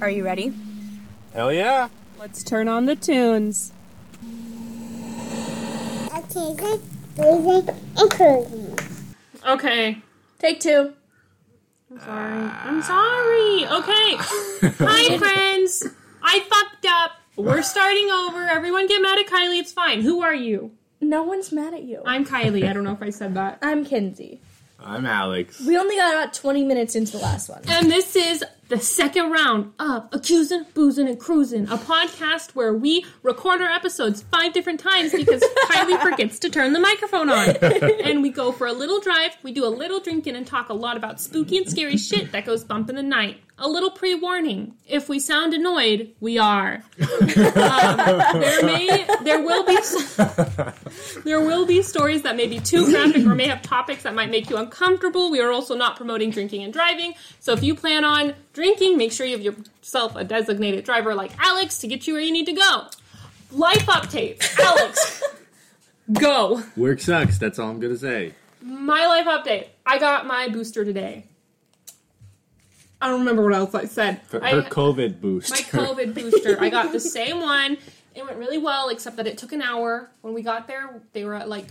Are you ready? Hell yeah. Let's turn on the tunes. Autism, freezing, and cruising. Okay. Take two. I'm sorry. I'm sorry. Okay. Hi, friends. I fucked up. We're starting over. Everyone get mad at Kylie. It's fine. Who are you? No one's mad at you. I'm Kylie. I don't know if I said that. I'm Kinsey. I'm Alex. We only got about 20 minutes into the last one. And this is the second round of Accusing, Boozing, and Cruising, a podcast where we record our episodes five different times because Kylie forgets to turn the microphone on. and we go for a little drive, we do a little drinking, and talk a lot about spooky and scary shit that goes bump in the night. A little pre warning if we sound annoyed, we are. Um, there may, there will be. There will be stories that may be too graphic or may have topics that might make you uncomfortable. We are also not promoting drinking and driving. So if you plan on drinking, make sure you have yourself a designated driver like Alex to get you where you need to go. Life updates. Alex, go. Work sucks. That's all I'm gonna say. My life update. I got my booster today. I don't remember what else I said. Her, I- her COVID boost. my COVID booster. I got the same one. It went really well, except that it took an hour. When we got there, they were at like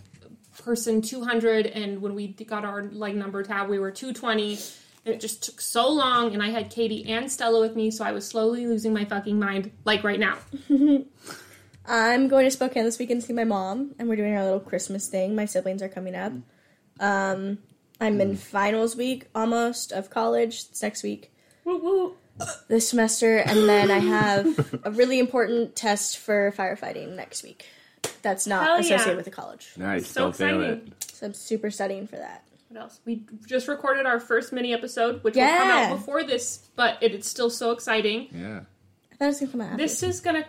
person 200, and when we got our like number tab, we were 220. And it just took so long, and I had Katie and Stella with me, so I was slowly losing my fucking mind, like right now. I'm going to Spokane this weekend to see my mom, and we're doing our little Christmas thing. My siblings are coming up. Um, I'm Mm. in finals week almost of college. It's next week, this semester, and then I have a really important test for firefighting next week. That's not Hell yeah. associated with the college, Nice. So don't fail it. exciting. so I'm super studying for that. What else? We just recorded our first mini episode, which will come Yeah. out before this, but it, it's still so exciting. Yeah. I thought it was gonna come out. After. This is gonna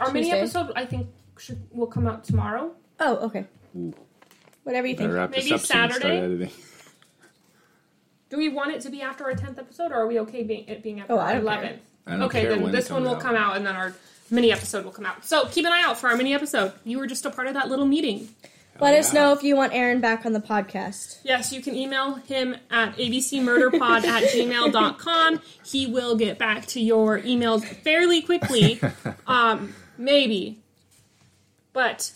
our mini Tuesday. episode. I think should will come out tomorrow. Oh, okay. Ooh. Whatever you Better think. wrap this Maybe up soon and start Saturday? editing. Do we want it to be after our tenth episode, or are we okay being it being after Oh, our I don't care. eleventh? I don't Okay, care then when this it one comes will out. come out, and then our mini episode will come out. So keep an eye out for our mini episode. You were just a part of that little meeting. Let us yeah. know if you want Aaron back on the podcast. Yes, you can email him at abcmurderpod at gmail.com. He will get back to your emails fairly quickly. Um, maybe. But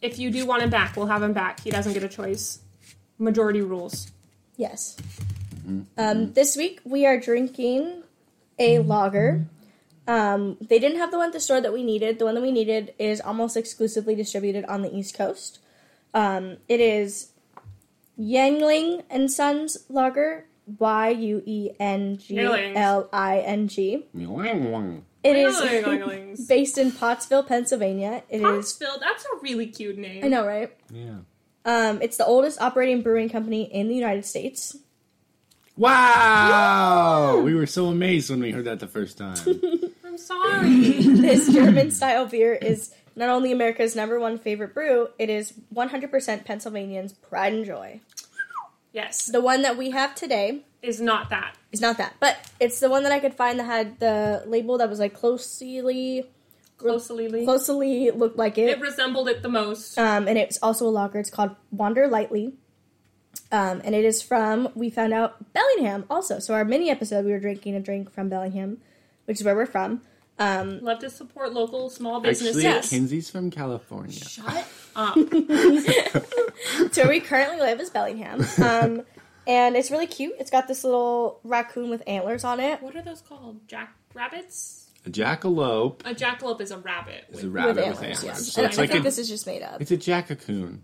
if you do want him back, we'll have him back. He doesn't get a choice. Majority rules. Yes. Um, this week we are drinking a lager. Um, they didn't have the one at the store that we needed. The one that we needed is almost exclusively distributed on the East Coast. Um, it is Yangling and Sons Lager. Y U E N G L I N G. It is Pottsville. based in Pottsville, Pennsylvania. It is. That's a really cute name. I know, right? Yeah. Um, it's the oldest operating brewing company in the United States. Wow! We were so amazed when we heard that the first time. I'm sorry. This German style beer is not only America's number one favorite brew, it is 100% Pennsylvanians' pride and joy. yes, The one that we have today is not that. is not that, but it's the one that I could find that had the label that was like closely, Closely, Lee. closely looked like it. It resembled it the most. Um, and it's also a lager. It's called Wander Lightly. Um, and it is from, we found out, Bellingham also. So our mini episode, we were drinking a drink from Bellingham, which is where we're from. Um, Love to support local small businesses. Actually, Yes. Kinsey's from California. Shut up. so where we currently live is Bellingham. Um, and it's really cute. It's got this little raccoon with antlers on it. What are those called? Jack rabbits? A jackalope A jackalope is a rabbit. is a rabbit with antlers. So And it's I like think a, this is just made up. Um, it's a jackacoon.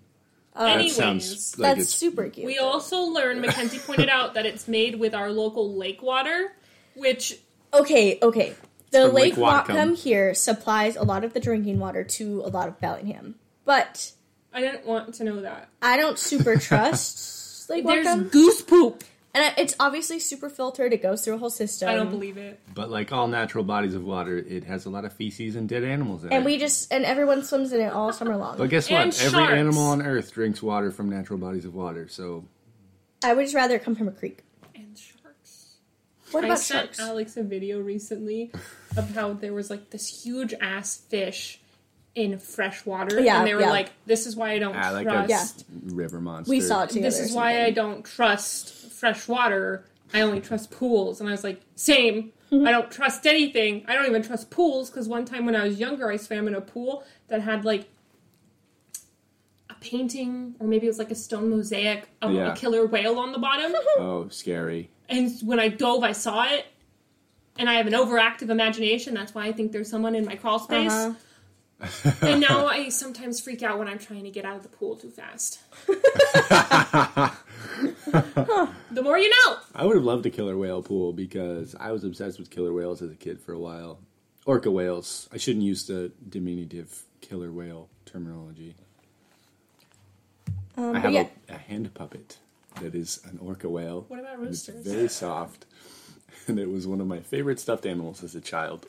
that Anyways, sounds like That's it's super cute. we also learned, Mackenzie pointed out, that it's made with our local lake water, which okay, okay. The from Lake Lake Whatcom Whatcom. here supplies a lot of the drinking water to a lot of Bellingham. But I didn't want to know that. I don't super trust Lake There's Whatcom. goose poop. And I- it's obviously super filtered. It goes through a whole system. I don't believe it. But like all natural bodies of water, it has a lot of feces and dead animals in it. And we just and everyone swims in it all summer but long. guess And what? Every sharks. animal on Earth drinks water from natural bodies of water. So I would just rather it come from a creek. And sharks. What I about sent sharks? Alex a video recently of how there was like this huge ass fish in fresh water, Yeah, and they were yeah. like, "This is why I don't I like trust. a river monster. We saw it together. This is why I don't trust fresh water." I only trust pools. And I was like, same. I don't trust anything. I don't even trust pools because one time when I was younger, I swam in a pool that had like a painting or maybe it was like a stone mosaic of Yeah. a killer whale on the bottom. Oh, scary. and when I dove, I saw it. And I have an overactive imagination. That's why I think there's someone in my crawl space. Uh-huh. And now I sometimes freak out when I'm trying to get out of the pool too fast. The more you know. I would have loved a killer whale pool because I was obsessed with killer whales as a kid for a while. Orca whales. I shouldn't use the diminutive killer whale terminology. I have Um, yeah. a, a hand puppet that is an orca whale. What about and it's roosters? very soft, and it was one of my favorite stuffed animals as a child.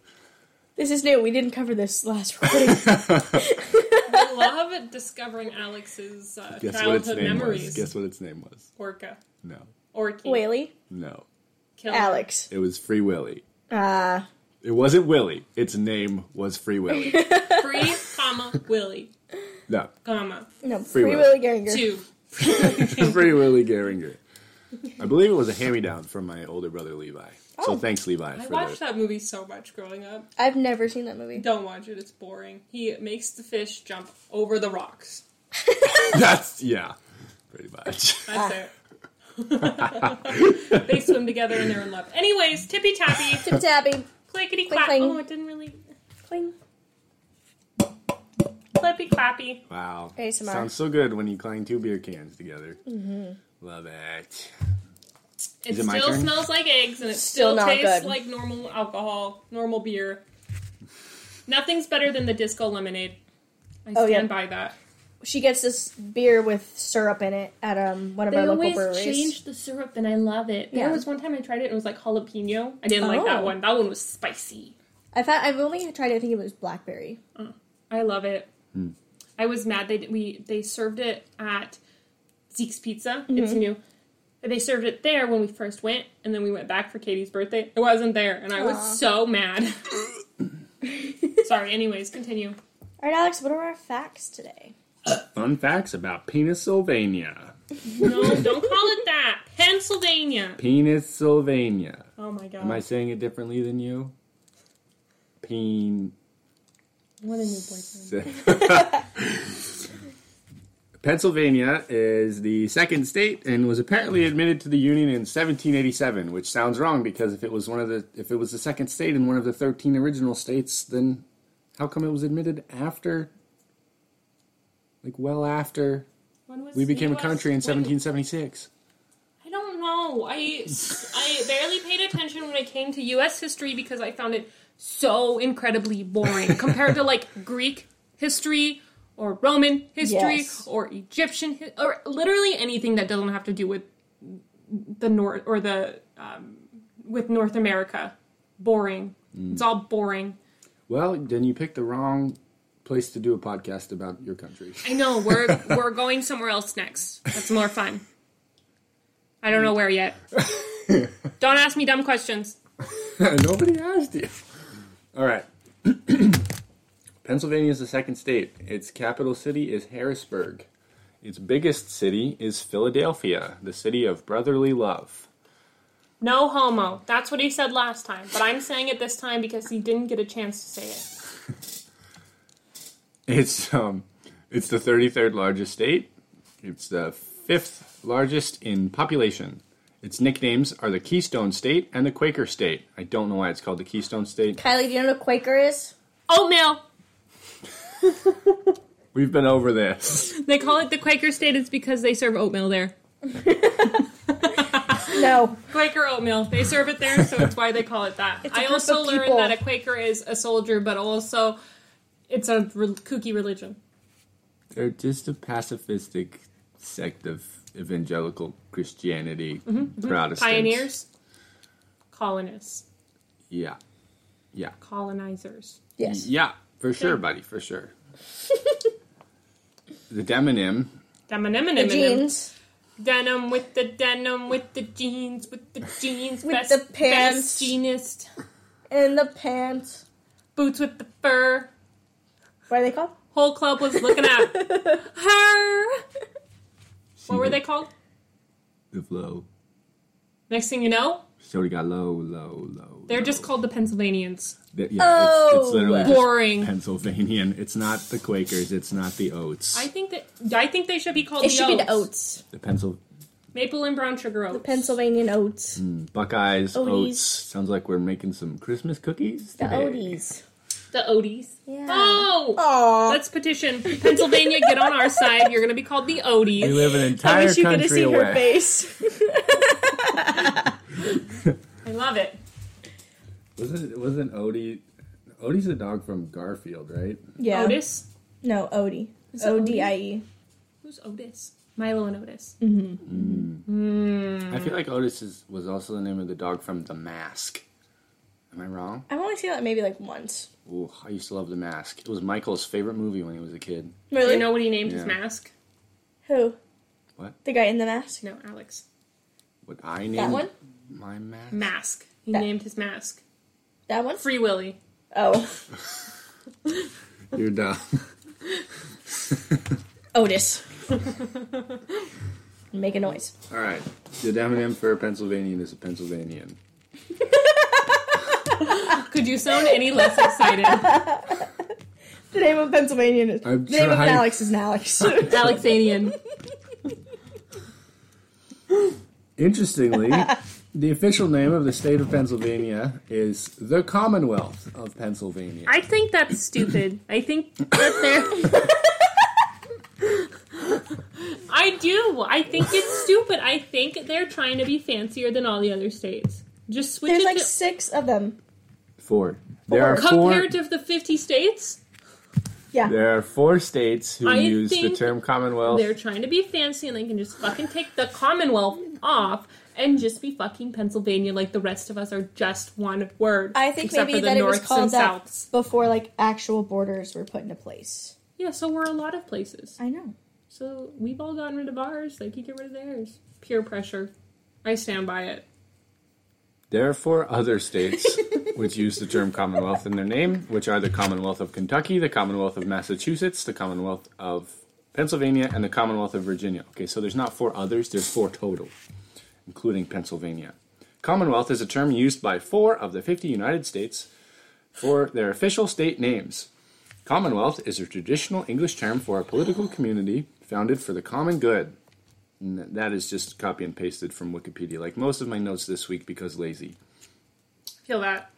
This is new. We didn't cover this last recording. I love discovering Alex's uh, Guess what its childhood name memories. was? Guess what its name was? Orca. No, Orky. Whaley, no. Killer. Alex. It was Free Willy. Uh, It wasn't Willy. Its name was Free Willy. Free, comma, Willie, no, comma, no, Free Free, Will. Willy Geringer. two. Free Willy Geringer. I believe it was a hand-me-down from my older brother Levi. So thanks, Levi, Oh. I for watched the- that movie so much growing up. I've never seen that movie. Don't watch it, it's boring. He makes the fish jump over the rocks. That's yeah, pretty much. That's it. Ah. they swim together and they're in love. Anyways, tippy tappy, Tip Tabby. clickety clap. Cling, cling. Oh, it didn't really. Cling. Clippy clappy. Wow, ASMR. sounds so good when you clang two beer cans together. Mm-hmm. Love it. It Is it my still turn? smells like eggs, and it still, Still not tastes good. like normal alcohol, normal beer. Nothing's better than the disco lemonade. I Oh, stand yeah. by that. She gets this beer with syrup in it at um one of our local breweries. the syrup, and I love it. There Yeah. was one time I tried it, and it was like jalapeno. I didn't like that Oh. one. That one was spicy. I thought I've only tried. I think it was blackberry. I love it. Hmm. I was mad they did- we they served it at Zeke's Pizza. It's new. They served it there when we first went, and then we went back for Katie's birthday. It wasn't there, and I Aw. was so mad. Sorry. Anyways, continue. All right, Alex. What are our facts today? Fun facts about Pennsylvania. No, don't call it that. Pennsylvania. Pennsylvania. Oh my god. Am I saying it differently than you? Peen. What a new boyfriend. Pennsylvania is the second state and was apparently admitted to the Union in 1787, which sounds wrong because if it was one of the if it was the second state and one of the 13 original states, then how come it was admitted after like well after When was we the became a US country in when- 1776? I don't know. I I barely paid attention when I came to U.S. history because I found it so incredibly boring compared to like Greek history or Roman history Yes. or Egyptian hi- or literally anything that doesn't have to do with the North or the um, with North America. Boring. It's all boring. Well, then you picked the wrong place to do a podcast about your country. I know we're we're going somewhere else next. That's more fun. I don't know where yet. Don't ask me dumb questions. Nobody asked you. All right. Pennsylvania is the second state. Its capital city is Harrisburg. Its biggest city is Philadelphia, the city of brotherly love. No homo. That's what he said last time, but I'm saying it this time because he didn't get a chance to say it. It's um it's the 33rd largest state. It's the 5th largest in population. Its nicknames are the Keystone State and the Quaker State. I don't know why it's called the Keystone State. Kylie, do you know what Quaker is? Oatmeal. We've been over this. They call it the Quaker State. It's because they serve oatmeal there. No. Quaker oatmeal. They serve it there, so it's why they call it that. a I group also of learned people. that a Quaker is a soldier, but also it's a re- kooky religion. They're just a pacifistic sect of evangelical Christianity, Mm-hmm, Protestants. Pioneers, colonists, Yeah. Yeah. colonizers. Yes. Yeah, for sure, buddy, for sure. the demonym, The Denim, jeans. Denim with the denim, with the jeans, with the jeans, With best, the pants. best jeanist, And the pants. boots with the fur. What are they called? Whole club was looking at her. What were they called? The flow. Next thing you know, Sody got low, low, low. they're low. just called the Pennsylvanians. Th- yeah, it's- it's, Oh. literally just Boring. Pennsylvanian. It's not the Quakers. It's not the Oats. I think that I think they should be called It the should oats. be the oats. the Pencil Maple and brown sugar oats. The Pennsylvania oats. Mm. Buckeyes Oaties. Oats. Sounds like we're making some Christmas cookies. The Ah! today. Odies. The Odies. Yeah. Oh! Aw. Let's petition Pennsylvania. Get on our side. You're going to be called the Odies. We live an I entire wish you could have country seen her away. face. I love it. Wasn't wasn't Odie? Odie's a dog from Garfield, right? yeah. Otis. No, Odie. Is it O D I E. Who's Otis? Milo and Otis. I feel like Otis is, was also the name of the dog from The Mask. Am I wrong? I've only seen that maybe like once. Ooh, I used to love The Mask. It was Michael's favorite movie when he was a kid. Do Really? you know what he named his Yeah. mask? Who? What? The guy in the mask. No, Alex. What I named That one? my mask. Mask. He That- named his mask. That one? Free Willy. Oh. You're dumb. Otis. Make a noise. All right. The demonym for a Pennsylvanian is a Pennsylvanian. Could you sound any less excited? The name of Pennsylvania is. I'm the name of trying. Alex is an Alex. Alexanian. Interestingly, the official name of the state of Pennsylvania is the Commonwealth of Pennsylvania. I think that's stupid. I think that they're. I do. I think it's stupid. I think they're trying to be fancier than all the other states. Just switch There's it like to six of them. Four. There are four. compared to the 50 states. Yeah. There are four states who I use the think term Commonwealth. They're trying to be fancy and they can just fucking take the Commonwealth off and just be fucking Pennsylvania like the rest of us are just one word. I think except maybe for the that it was norths and called uh, that souths. before like actual borders were put into place. Yeah, so we're a lot of places. I know. So we've all gotten rid of ours. They could get rid of theirs. Peer pressure. I stand by it. There are four other states which use the term Commonwealth in their name, which are the Commonwealth of Kentucky, the Commonwealth of Massachusetts, the Commonwealth of Pennsylvania, and the Commonwealth of Virginia. Okay, so there's not four others, there's four total, including Pennsylvania. Commonwealth is a term used by four of the 50 United States for their official state names. Commonwealth is a traditional English term for a political community founded for the common good. And th- that is just copy and pasted from Wikipedia, like most of my notes this week because lazy. Feel that.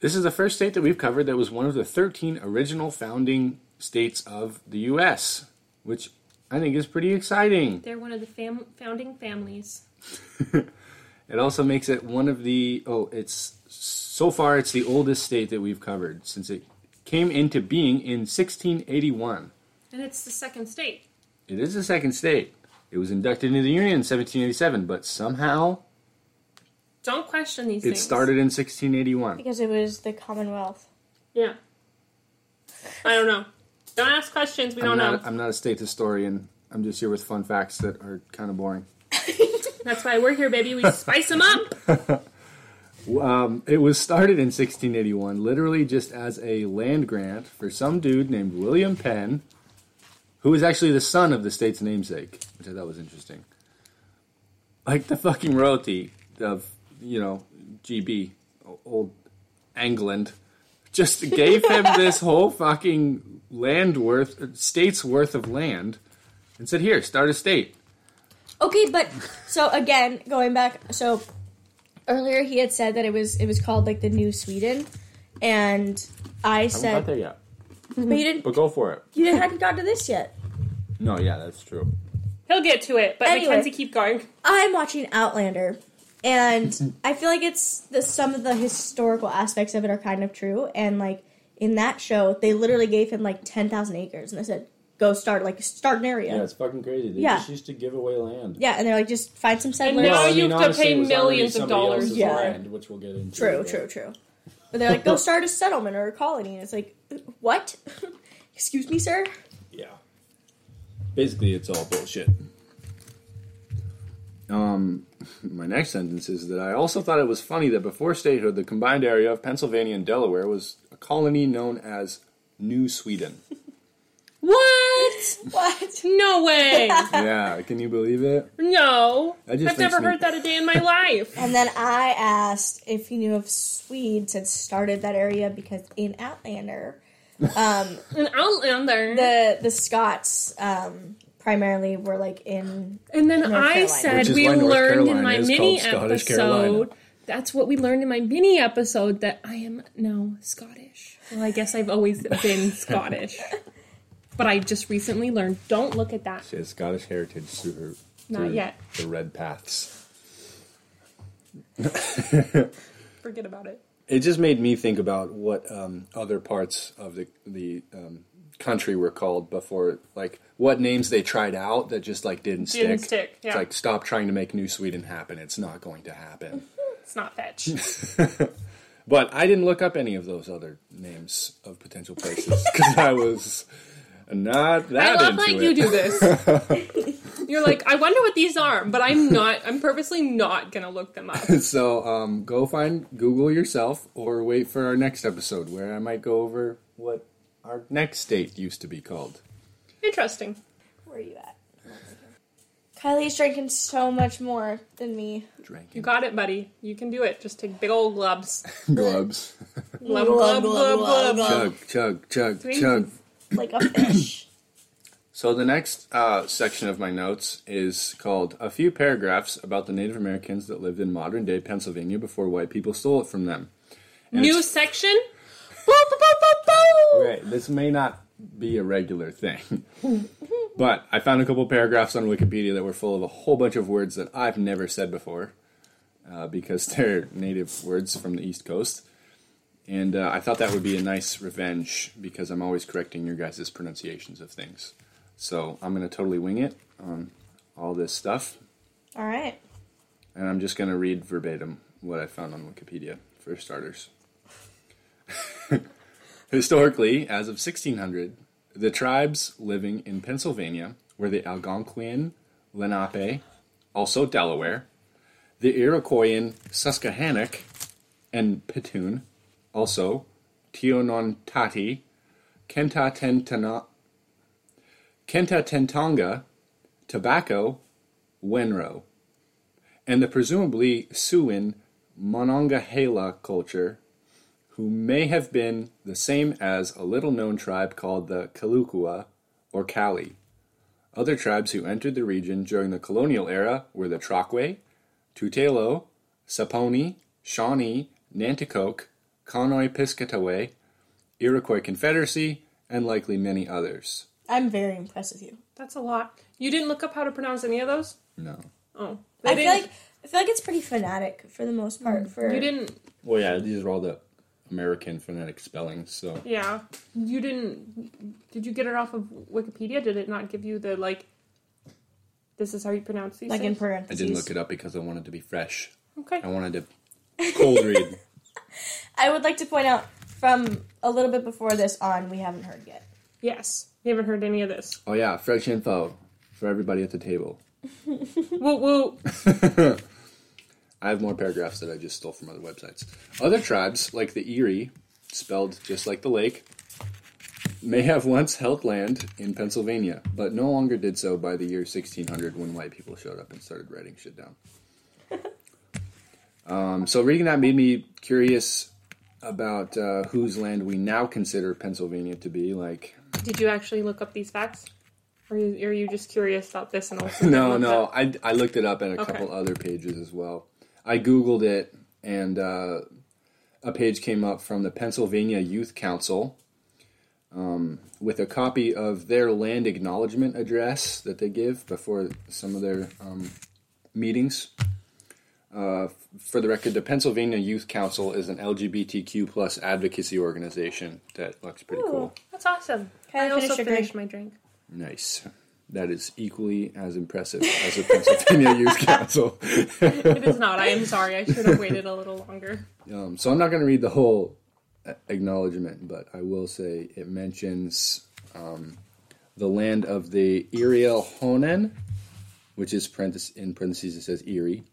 This is the first state that we've covered that was one of the 13 original founding states of the U.S., which I think is pretty exciting. They're one of the fam- founding families. It also makes it one of the, oh, it's so far it's the oldest state that we've covered since it came into being in 1681. And it's the second state. It is the second state. It was inducted into the Union in 1787, but somehow Don't question these it things. started in 1681. Because it was the Commonwealth. Yeah. I don't know. Don't ask questions. We I'm don't not, know. I'm not a state historian. I'm just here with fun facts that are kind of boring. That's why we're here, baby. We spice them up. It was started in 1681, literally just as a land grant for some dude named William Penn, who is actually the son of the state's namesake, which I thought was interesting. Like the fucking royalty of, you know, GB, o- old England, just gave him this whole fucking land worth, state's worth of land, and said, here, start a state. Okay, but so again, going back, so earlier he had said that it was it was called like the New Sweden, and I said, yet, but you didn't but go for it. you hadn't gotten to this yet. No, yeah, that's true. He'll get to it, but Anyway. Mackenzie, keep going. I'm watching Outlander, and I feel like it's the, some of the historical aspects of it are kind of true. And like in that show, they literally gave him like ten thousand acres, and they said, "Go start like start an area." Yeah, it's fucking crazy. They Yeah. just used to give away land. Yeah, and they're like, just find some And settlers. now I you mean, have to honestly, pay it was already millions of somebody dollars. else's Yeah. land, which we'll get into. True, but- true, true. But they're like, go start a settlement or a colony. And it's like, what? Excuse me, sir? Yeah. Basically, it's all bullshit. Um, my next sentence is that I also thought it was funny that before statehood, the combined area of Pennsylvania and Delaware was a colony known as New Sweden. What? What? No way. yeah, can you believe it? No. That just I've makes never me- heard that a day in my life. And then I asked if you knew if Swedes had started that area because in Outlander, um, An outlander. the the Scots um, primarily were like in and then North I Carolina. said Which is we why North learned in Carolina my is mini called Scottish Carolina. episode. That's what we learned in my mini episode that I am now Scottish. Well, I guess I've always been Scottish. But I just recently learned don't look at that. She has Scottish heritage through her. Not through yet. The red paths. Forget about it. It just made me think about what um, other parts of the the um, country were called before, like what names they tried out that just like didn't, Didn't stick, yeah. It's like stop trying to make New Sweden happen. It's not going to happen. It's not fetch. But I didn't look up any of those other names of potential places because I was not I that love into like it. you do this. You're like, I wonder what these are, but I'm not. I'm purposely not gonna look them up. So um, go find Google yourself, or wait for our next episode where I might go over what our next state used to be called. Interesting. where are you at? Kylie's drinking so much more than me. Drinking You got it, buddy. You can do it. Just take big old globs. globs. Glub, glub, glub, glub, chug, chug, chug, Drink. chug. Like a fish. So the next uh, section of my notes is called "A Few Paragraphs About the Native Americans That Lived in Modern Day Pennsylvania Before White People Stole It From Them." New section. Boo, boo, boo, boo, boo. Okay, this may not be a regular thing, but I found a couple paragraphs on Wikipedia that were full of a whole bunch of words that I've never said before uh, because they're native words from the East Coast. And uh, I thought that would be a nice revenge because I'm always correcting your guys' pronunciations of things. So I'm going to totally wing it on all this stuff. All right. And I'm just going to read verbatim what I found on Wikipedia for starters. Historically, as of 1600, the tribes living in Pennsylvania were the Algonquin, Lenape, also Delaware, the Iroquoian, Susquehannock, and Petun, also Tionontati, Kentatentana, Kentatentonga, Tobacco, Wenro and the presumably Siouan Monongahela culture, who may have been the same as a little known tribe called the Kalukua or Kali. Other tribes who entered the region during the colonial era were the Trockway, Tutelo, Saponi, Shawnee, Nanticoke, Conoy Piscataway, Iroquois Confederacy, and likely many others. I'm very impressed with you. That's a lot. You didn't look up how to pronounce any of those. No. Oh, I They feel didn't- like I feel like it's pretty phonetic for the most part. For you didn't. Well, yeah, these are all the American phonetic spellings, so. Yeah, you didn't. Did you get it off of Wikipedia? Did it not give you the like? This is how you pronounce these. like in things? I parentheses. didn't look it up because I wanted to be fresh. okay. I wanted to cold read. I would like to point out from a little bit before this on, we haven't heard yet. Yes, you haven't heard any of this. Oh yeah, fresh info for everybody at the table. Woo woo. I have more paragraphs that I just stole from other websites. Other tribes, like the Erie, spelled just like the lake, may have once held land in Pennsylvania, but no longer did so by the year 1600 when white people showed up and started writing shit down. um, so reading that made me curious about uh, whose land we now consider Pennsylvania to be. Like, Did you actually look up these facts? Or are you, are you just curious about this and also? No, looked no. up? I, I looked it up at a Okay. couple other pages as well. I Googled it, and uh, a page came up from the Pennsylvania Youth Council um, with a copy of their land acknowledgement address that they give before some of their um, meetings. Uh, for the record, the Pennsylvania Youth Council is an LGBTQ plus advocacy organization that looks pretty cool. That's awesome. Can I I also finish your finished my drink. Nice. That is equally as impressive as the Pennsylvania Youth Council. It is not. I am sorry. I should have waited a little longer. Um, so I'm not going to read the whole a- acknowledgement, but I will say it mentions um, the land of the Iriel Honen, which is parentheses, in parentheses it says Erie,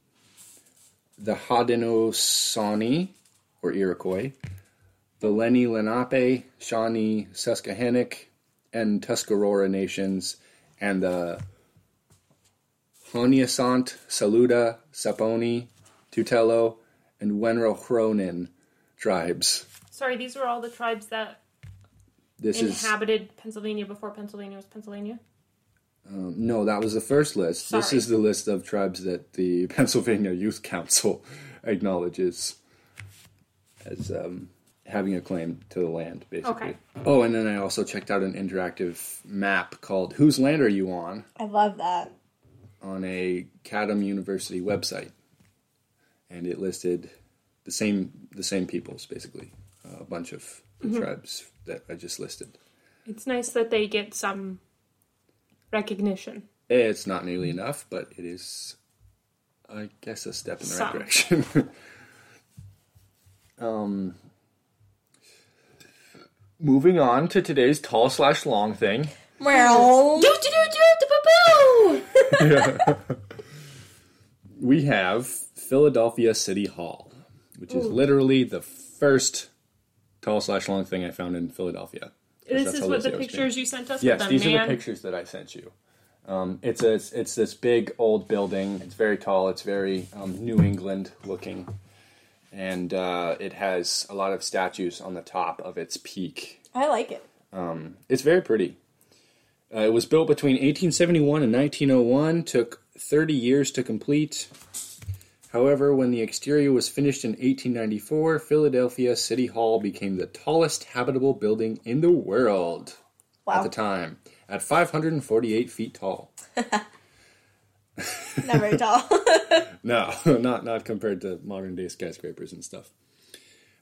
the Haudenosaunee or Iroquois, the Lenni Lenape, Shawnee, Susquehannock, and Tuscarora nations and the Honiasant, Saluda, Saponi, Tutelo, and Wenrochronin tribes. Sorry, these were all the tribes that This is inhabited Pennsylvania before Pennsylvania was Pennsylvania. No, that was the first list. This Sorry. is the list of tribes that the Pennsylvania Youth Council acknowledges as um, having a claim to the land, basically. Okay. Oh, and then I also checked out an interactive map called Whose Land Are You On? I love that. on a Chatham University website, and it listed the same the same peoples basically, a bunch of the Mm-hmm. tribes that I just listed. It's nice that they get some recognition. It's not nearly enough, but it is, I guess, a step in the right Some. direction. um, moving on to today's tall slash long thing. Well, we have Philadelphia City Hall, which is literally the first tall slash long thing I found in Philadelphia. 'Cause This that's is what how the lazy I was being. pictures you sent us. Yes, with these man. are the pictures that I sent you. Um, it's a it's, it's this big old building. It's very tall. It's very um, New England looking, and uh, it has a lot of statues on the top of its peak. I like it. It's very pretty. Uh, it was built between 1871 and 1901, took 30 years to complete. However, when the exterior was finished in 1894, Philadelphia City Hall became the tallest habitable building in the world at Wow, the time, at 548 feet tall. not very tall. No, not not compared to modern day skyscrapers and stuff.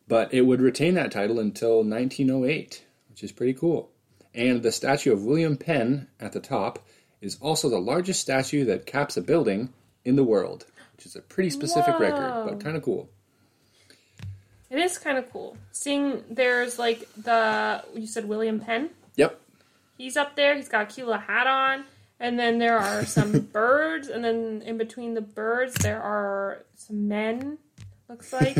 But it would retain that title until 1908, which is pretty cool. And the statue of William Penn at the top is also the largest statue that caps a building in the world, which is a pretty specific record, but kind of cool. It is kind of cool seeing there's like the you said William Penn. Yep. He's up there. He's got a cute little hat on, and then there are some birds, and then in between the birds there are some men. Looks like,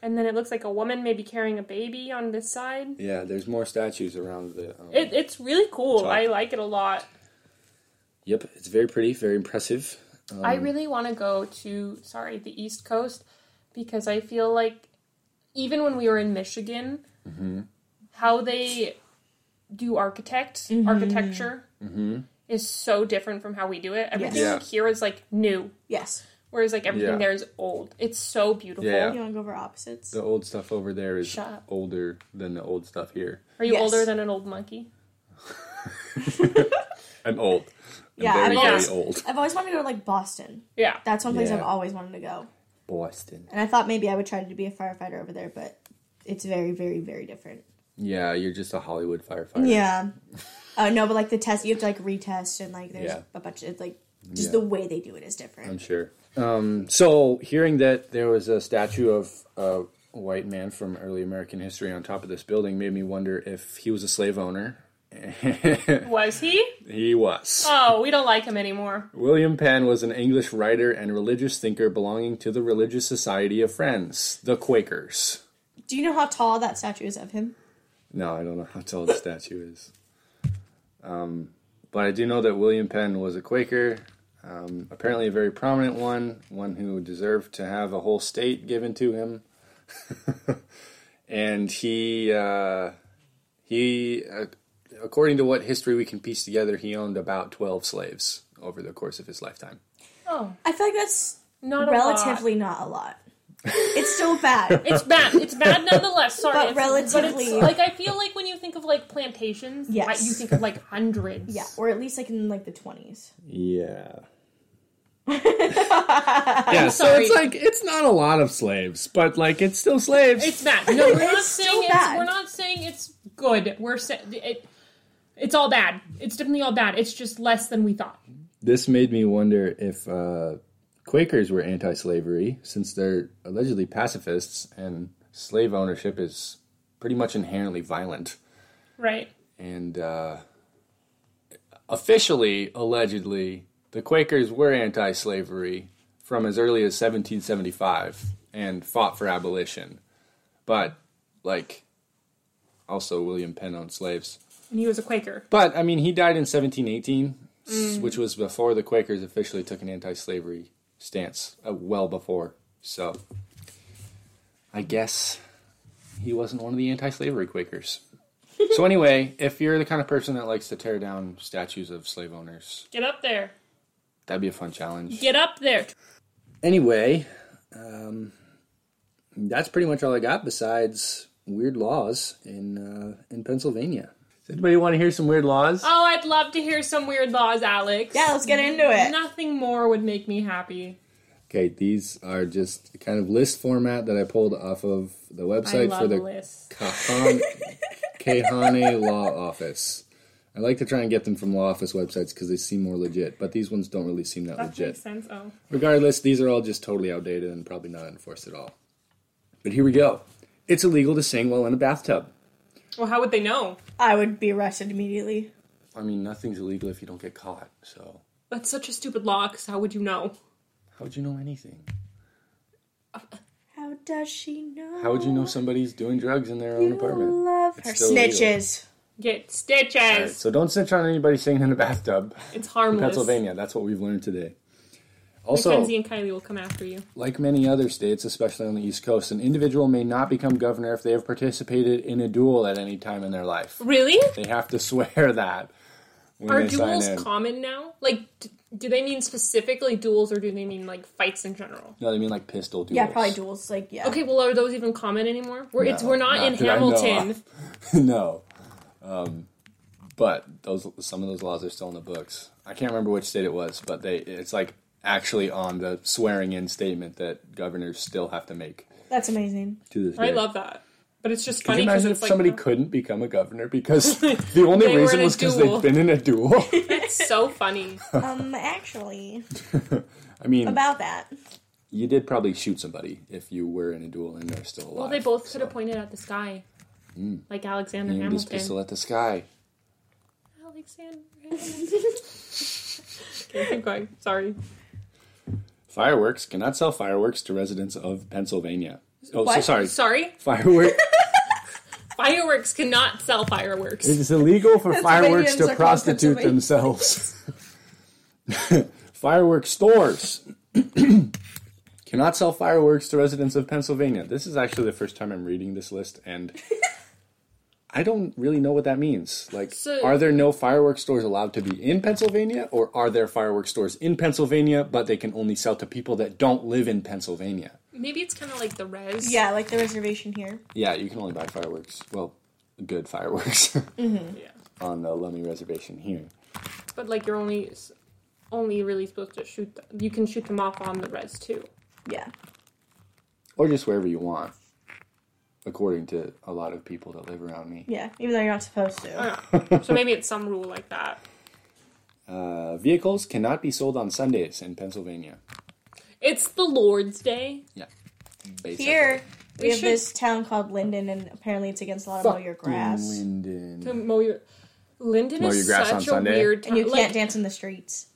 and then it looks like a woman maybe carrying a baby on this side. Yeah, there's more statues around the. Um, It, it's really cool. Top. I like it a lot. yep, it's very pretty, very impressive. I really want to go to sorry the East Coast because I feel like even when we were in Michigan, Mm-hmm. how they do architect architecture is so different from how we do it. Everything Mm-hmm. Yeah. here is like new, yes. whereas like everything Yeah. there is old. It's so beautiful. Yeah. You want to go for opposites? The old stuff over there is Shut up. older than the old stuff here. Are you Yes. older than an old monkey? I'm old. I'm Yeah, very, I'm very lost. old. I've always wanted to go to like Boston. Yeah. That's one place Yeah. I've always wanted to go. Boston. And I thought maybe I would try to be a firefighter over there, but it's very, very, very different. Yeah, you're just a Hollywood firefighter. Yeah. Oh no, but like the test, you have to like retest and like there's Yeah. a bunch of it's, like just Yeah. the way they do it is different. I'm sure. Um, so, hearing that there was a statue of a white man from early American history on top of this building made me wonder if he was a slave owner. Was he? He was. Oh, we don't like him anymore. William Penn was an English writer and religious thinker belonging to the Religious Society of Friends, the Quakers. do you know how tall that statue is of him? No, I don't know how tall the statue is. Um, but I do know that William Penn was a Quaker, um, apparently a very prominent one, one who deserved to have a whole state given to him. and he, uh, he, uh, according to what history we can piece together, he owned about twelve slaves over the course of his lifetime. Oh, I feel like that's not relatively not a lot. It's still bad. It's bad. It's bad nonetheless. Sorry, But It's- relatively- it's, like I feel like when you think of like plantations, Yes. I- you think of like hundreds. yeah, or at least like in like the twenties. Yeah. yeah, so sorry. it's like it's not a lot of slaves, but like it's still slaves. it's bad. No, we're not It's still saying it's, bad. we're not saying it's good. We're saying it, it's all bad. It's definitely all bad. It's just less than we thought. This made me wonder if uh, Quakers were anti slavery, since they're allegedly pacifists, and slave ownership is pretty much inherently violent. Right. And uh, officially, allegedly, the Quakers were anti slavery from as early as 1775 and fought for abolition. But, like, also William Penn owned slaves. and he was a Quaker. But I mean, he died in 1718, s- which was before the Quakers officially took an anti-slavery stance. Uh, well before, so I guess he wasn't one of the anti-slavery Quakers. so anyway, if you're the kind of person that likes to tear down statues of slave owners, Get up there. that'd be a fun challenge. Get up there. Anyway, um, that's pretty much all I got besides weird laws in uh, in Pennsylvania. Does anybody want to hear some weird laws? Oh, I'd love to hear some weird laws, Alex. Yeah, let's get into it. Nothing more would make me happy. Okay, these are just kind of list format that I pulled off of the I website love for the lists. Kahan- Kahane Law Office. I like to try and get them from law office websites because they seem more legit, but these ones don't really seem that That legit. makes sense. Oh. Regardless, these are all just totally outdated and probably not enforced at all. But here we go. It's illegal to sing while in a bathtub. Well, how would they know? I would be arrested immediately. I mean, nothing's illegal if you don't get caught. So That's such a stupid law, because how would you know? how would you know anything? How does she know? How would you know somebody's doing drugs in their own apartment? Love her still illegal. snitches. Get stitches. All right, so don't snitch on anybody singing in a bathtub. It's harmless. Pennsylvania. That's what we've learned today. Also, Mackenzie and Kylie will come after you. like many other states, especially on the East Coast, an individual may not become governor if they have participated in a duel at any time in their life. Really? They have to swear that when Are they sign duels in. common now? Like, d- do they mean specifically duels, or do they mean like fights in general? no, they mean like pistol duels. Yeah, probably duels. Like, yeah. Okay, well, are those even common anymore? We're it's No, we're not, not in that I know Hamilton. of. no, um, but those some of those laws are still in the books. I can't remember which state it was, but they it's like actually on the swearing in statement that governors still have to make That's amazing. to this I day. love that, but it's just Could funny you because imagine it's if like somebody no, couldn't become a governor because the only They were reason in a was because duel. they've been in a duel? it's so funny. Um, actually, I mean, about that. you did probably shoot somebody if you were in a duel and they're still alive. Well, they both could have pointed at the sky, Mm. like Alexander aimed his Hamilton. pistol at the sky. Alexander. Hamilton. okay, keep going. Sorry. Fireworks cannot sell fireworks to residents of Pennsylvania. Oh, so What? sorry. Sorry. Firework. Fireworks cannot sell fireworks. It is illegal for fireworks Pennsylvanians are to called prostitute Pennsylvanians. themselves. Fireworks stores cannot sell fireworks to residents of Pennsylvania. This is actually the first time I'm reading this list, and I don't really know what that means. Like, So- are there no fireworks stores allowed to be in Pennsylvania, or are there fireworks stores in Pennsylvania, but they can only sell to people that don't live in Pennsylvania? Maybe it's kind of like the res. Yeah, like the reservation here. Yeah, you can only buy fireworks. Well, good fireworks Mm-hmm. Yeah. on the Lummi Reservation here. But like you're only only really supposed to shoot. Them. You can shoot them off on the res too. Yeah. or just wherever you want, according to a lot of people that live around me. Yeah. Even though you're not supposed to. So maybe it's some rule like that. Uh, vehicles cannot be sold on Sundays in Pennsylvania. It's the Lord's Day. Yeah, basically. Here, we, We have should- this town called Linden, and apparently it's against a lot of mow your grass. Linden. To mow your Linden Mow is your grass such on a Sunday. weird. And you town- can't like, dance in the streets.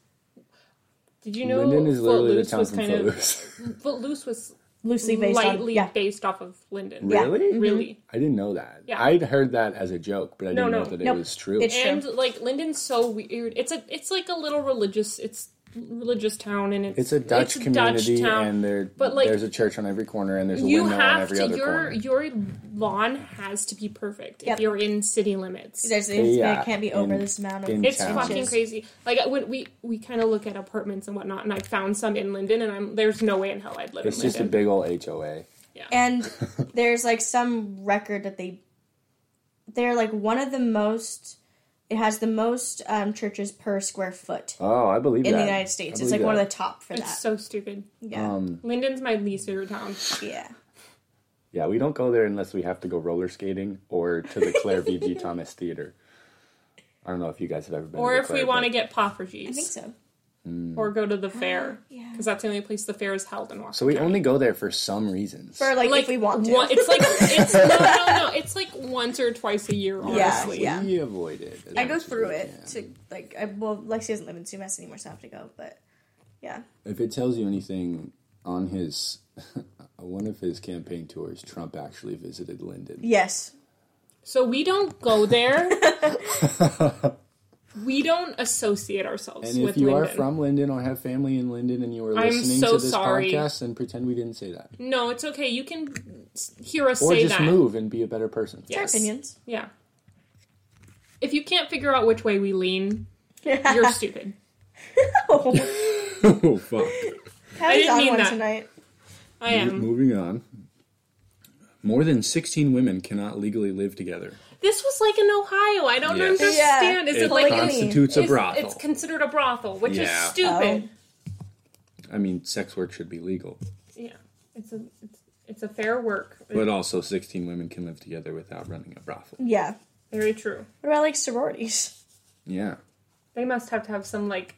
Did you know Linden is literally Footloose the town was from kind Footloose. of Footloose was Loosely based on. lightly Yeah. based off of Linden. Yeah. Mm-hmm. Really? Really. I didn't know that. Yeah. I'd heard that as a joke, but I didn't No, know no. that Nope. it was true. It's- And like Linden's so weird. It's a it's like a little religious. It's religious town and it's It's a Dutch it's community, town. and there, But, like, there's a church on every corner, and there's a you window on have every to other your corner. your lawn has to be perfect if Yep. you're in city limits. There's, Yeah, It can't be over in- this amount of. in It's town. fucking Inches. crazy. Like when we we kind of look at apartments and whatnot, and I found some in Linden, and I'm there's no way in hell I'd live It's in just a Linden. big old HOA. and there's like some record that they they're like one of the most it has the most um, churches per square foot Oh, I believe in that. the united states I it's like believe one of the that. top for that it's so stupid. yeah Um, Linden's my least favorite town. yeah Yeah, we don't go there unless we have to go roller skating or to the Claire V.G. Thomas Theater. I don't know if you guys have ever been. Or to if we want to get poffergies, i think so Uh, or go to the fair, yeah. because that's the only place the fair is held in Washington. So we only go there for some reasons. for like, if we want to one- it's like it's no, no, no. It's like once or twice a year. Yeah, Honestly, yeah. We avoid it. as i much go as we through it can. to like i well lexi doesn't live in sumas anymore so i have to go but yeah If it tells you anything, on his one of his campaign tours, Trump actually visited Linden. yes So we don't go there. we don't associate ourselves And with if you Linden. are from Linden or have family in Linden and you are I'm listening so to this sorry. podcast, then pretend we didn't say that. no, it's okay. You can s- hear us Or say just that. move and be a better person. Our Yes. opinions. Yeah. If you can't figure out which way we lean, you're stupid. I oh, fuck. didn't on mean one that. tonight. I am. Moving on. More than 16 women cannot legally live together. This was like in Ohio. I don't Yes. understand. Is Yeah. it, It like constitutes a is- brothel. It's considered a brothel, which Yeah. is stupid. I mean, sex work should be legal, Yeah. It's a it's, it's a fair work. but also 16 women can live together without running a brothel. Yeah. Very true. What about like sororities? Yeah. They must have to have some like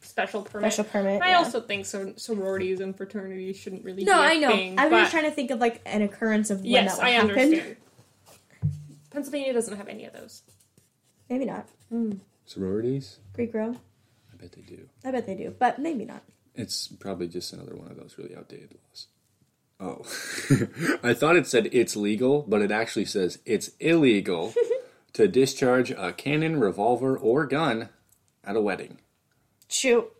special permit. Special permit, I yeah. also think sor- sororities and fraternities shouldn't really. No, be a I know. Thing, I was but just trying to think of like an occurrence of when yes, that would I happen. understand. Pennsylvania doesn't have any of those. Maybe not. Sororities? Greek row. I bet they do. I bet they do, but maybe not. It's probably just another one of those really outdated laws. Oh. I thought it said it's legal, but it actually says it's illegal to discharge a cannon, revolver, or gun at a wedding. Shoot.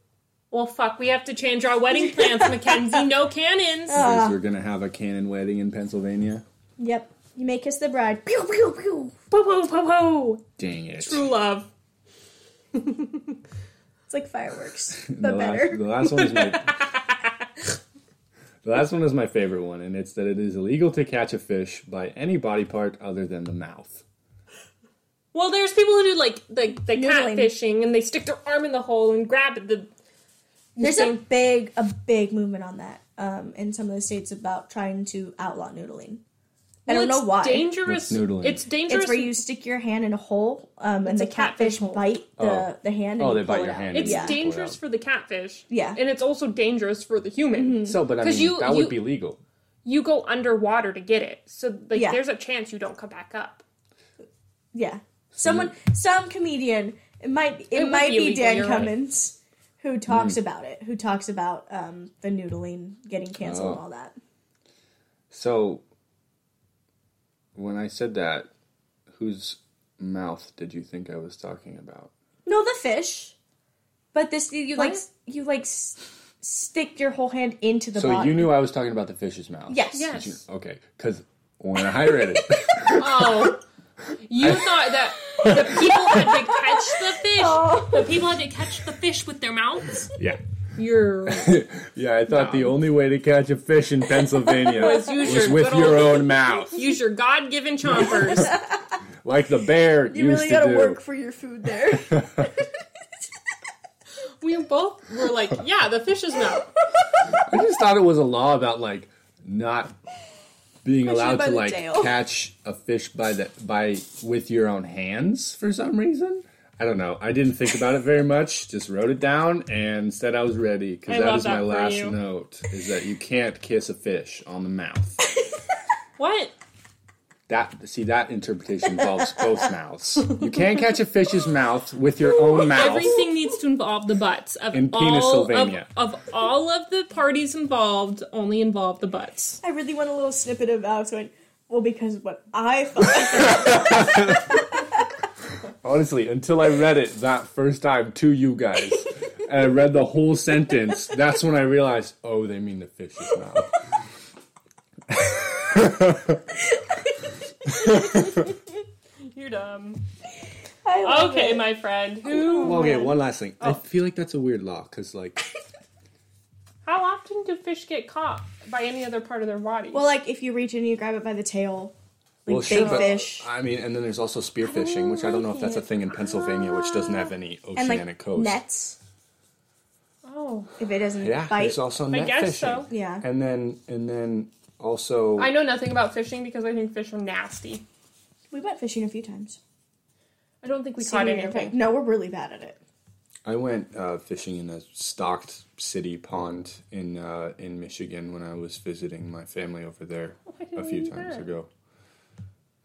Well, fuck. We have to change our wedding plans, Mackenzie. No cannons. Because we're going to have a cannon wedding in Pennsylvania. Yep. You may kiss the bride. Pew pew pew. Whoa, whoa, whoa, whoa. Dang it. True love. It's like fireworks, The but last, better. the last one is my. The last one is my favorite one, and it's that it is illegal to catch a fish by any body part other than the mouth. Well, there's people who do like the, the Noodling. catfishing and they stick their arm in the hole and grab the. There's a thing. big, a big movement on that um, in some of the states about trying to outlaw noodling. I Well, don't know it's why. Dangerous. What's noodling? It's dangerous. It's where you stick your hand in a hole, um, and It's the a catfish catfish hole. bite the, Oh. the hand. Oh, and they you pull bite it your out. hand It's Yeah. dangerous for the catfish. Yeah. Mm-hmm. And it's also dangerous for the human. So, but I 'Cause mean, you- that you- would be legal. You go underwater to get it. So like Yeah. there's a chance you don't come back up. Yeah, someone, some comedian. It might, it, would might be be, illegal, Dan you're right. Cummins who Hmm. talks about it. Who talks about um, the noodling getting canceled and Oh. all that. So, when I said that, whose mouth did you think I was talking about? No, the fish. But this, you, you like, What? s- you like, s- stick your whole hand into the. So body. you knew I was talking about the fish's mouth. Yes. Yes. You- Okay, because when I read it, Oh. You thought that the people had to catch the fish. The people had to catch the fish with their mouths. yeah, You're yeah, I thought the only way to catch a fish in Pennsylvania was, use your with good your old- own mouth, use your God given chompers. like the bear You used really to gotta do. work for your food there. we both were like, yeah, the fish is mouth. I just thought it was a law about like not being allowed by to the like tail. catch a fish by the by with your own hands for some reason. I don't know. I didn't think about it very much. Just wrote it down and said I was ready I because that love is my that for last you. note: is that you can't kiss a fish on the mouth. What? That see that interpretation involves both mouths. You can't catch a fish's mouth with your own mouth. Everything needs to involve the butts of In all of, Penisylvania. of all of the parties involved. Only involve the butts. I really want a little snippet of Alex going, well, because what I thought. Honestly, until I read it that first time to you guys, and I read the whole sentence, that's when I realized, oh, they mean the fish's mouth. You're dumb. I love Okay, it. my friend. Oh. okay, one last thing. I feel like that's a weird law because, like, How often do fish get caught by any other part of their body? Well, like if you reach in and you grab it by the tail, like well, big sure, but- fish, I mean, and then there's also spear fishing, which I don't know if that's a thing in Pennsylvania, which doesn't have any and oceanic like coast. nets oh, if it doesn't Yeah, bite. there's also net guess fishing. so. Yeah. and then and then also I know nothing about fishing because I think fish are nasty. we went fishing a few times. I don't think we caught Senior year, anything. but No, we're really bad at it. I went uh, fishing in a stocked city pond in uh, in Michigan when I was visiting my family over there Why Oh, didn't a you few do times that? ago.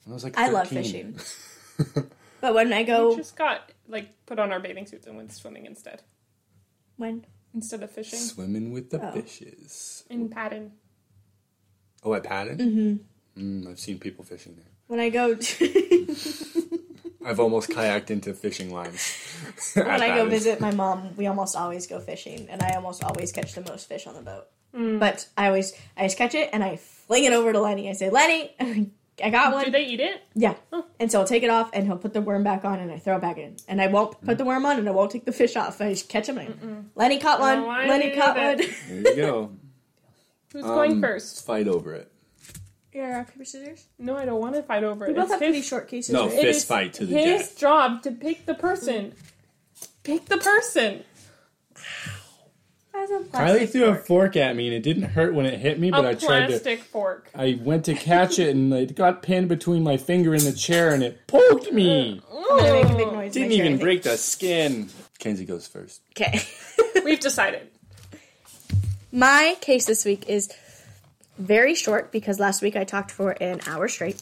When I was like, I love 13. fishing. but when I We go, just got like put on our bathing suits and went swimming instead, when instead of fishing Swimming with the Oh. fishes. in Patton. Oh, at Patton. Mm-hmm. Mm, I've seen people fishing there. When I go I've almost kayaked into fishing lines. when I go visit my mom, we almost always go fishing, and I almost always catch the most fish on the boat. Mm. But I always I just catch it and I fling it over to Lenny. I say, Lenny, I got Do Oh. one. they eat it? yeah. And so I'll take it off, and he'll put the worm back on, and I throw it back in. And I won't put the worm on, and I won't take the fish off. I just catch him. And I, Lenny caught one. Oh, why do Lenny you caught do one. There you go. Who's going Um, first? Fight over it. Yeah, rock paper scissors. No, I don't want to fight over We it. both It's have his- pretty short cases. No, right? it Fist is fight to the his death. job to pick the person. Pick the person. As a Kylie plastic threw a fork. fork at me and it didn't hurt when it hit me, but I a tried to. plastic fork. I went to catch it and it got pinned between my finger and the chair and it poked me. I'm gonna make a big noise. Didn't make sure even I break the skin. Kenzie goes first. think- Okay. We've decided. My case this week is very short because last week I talked for an hour straight.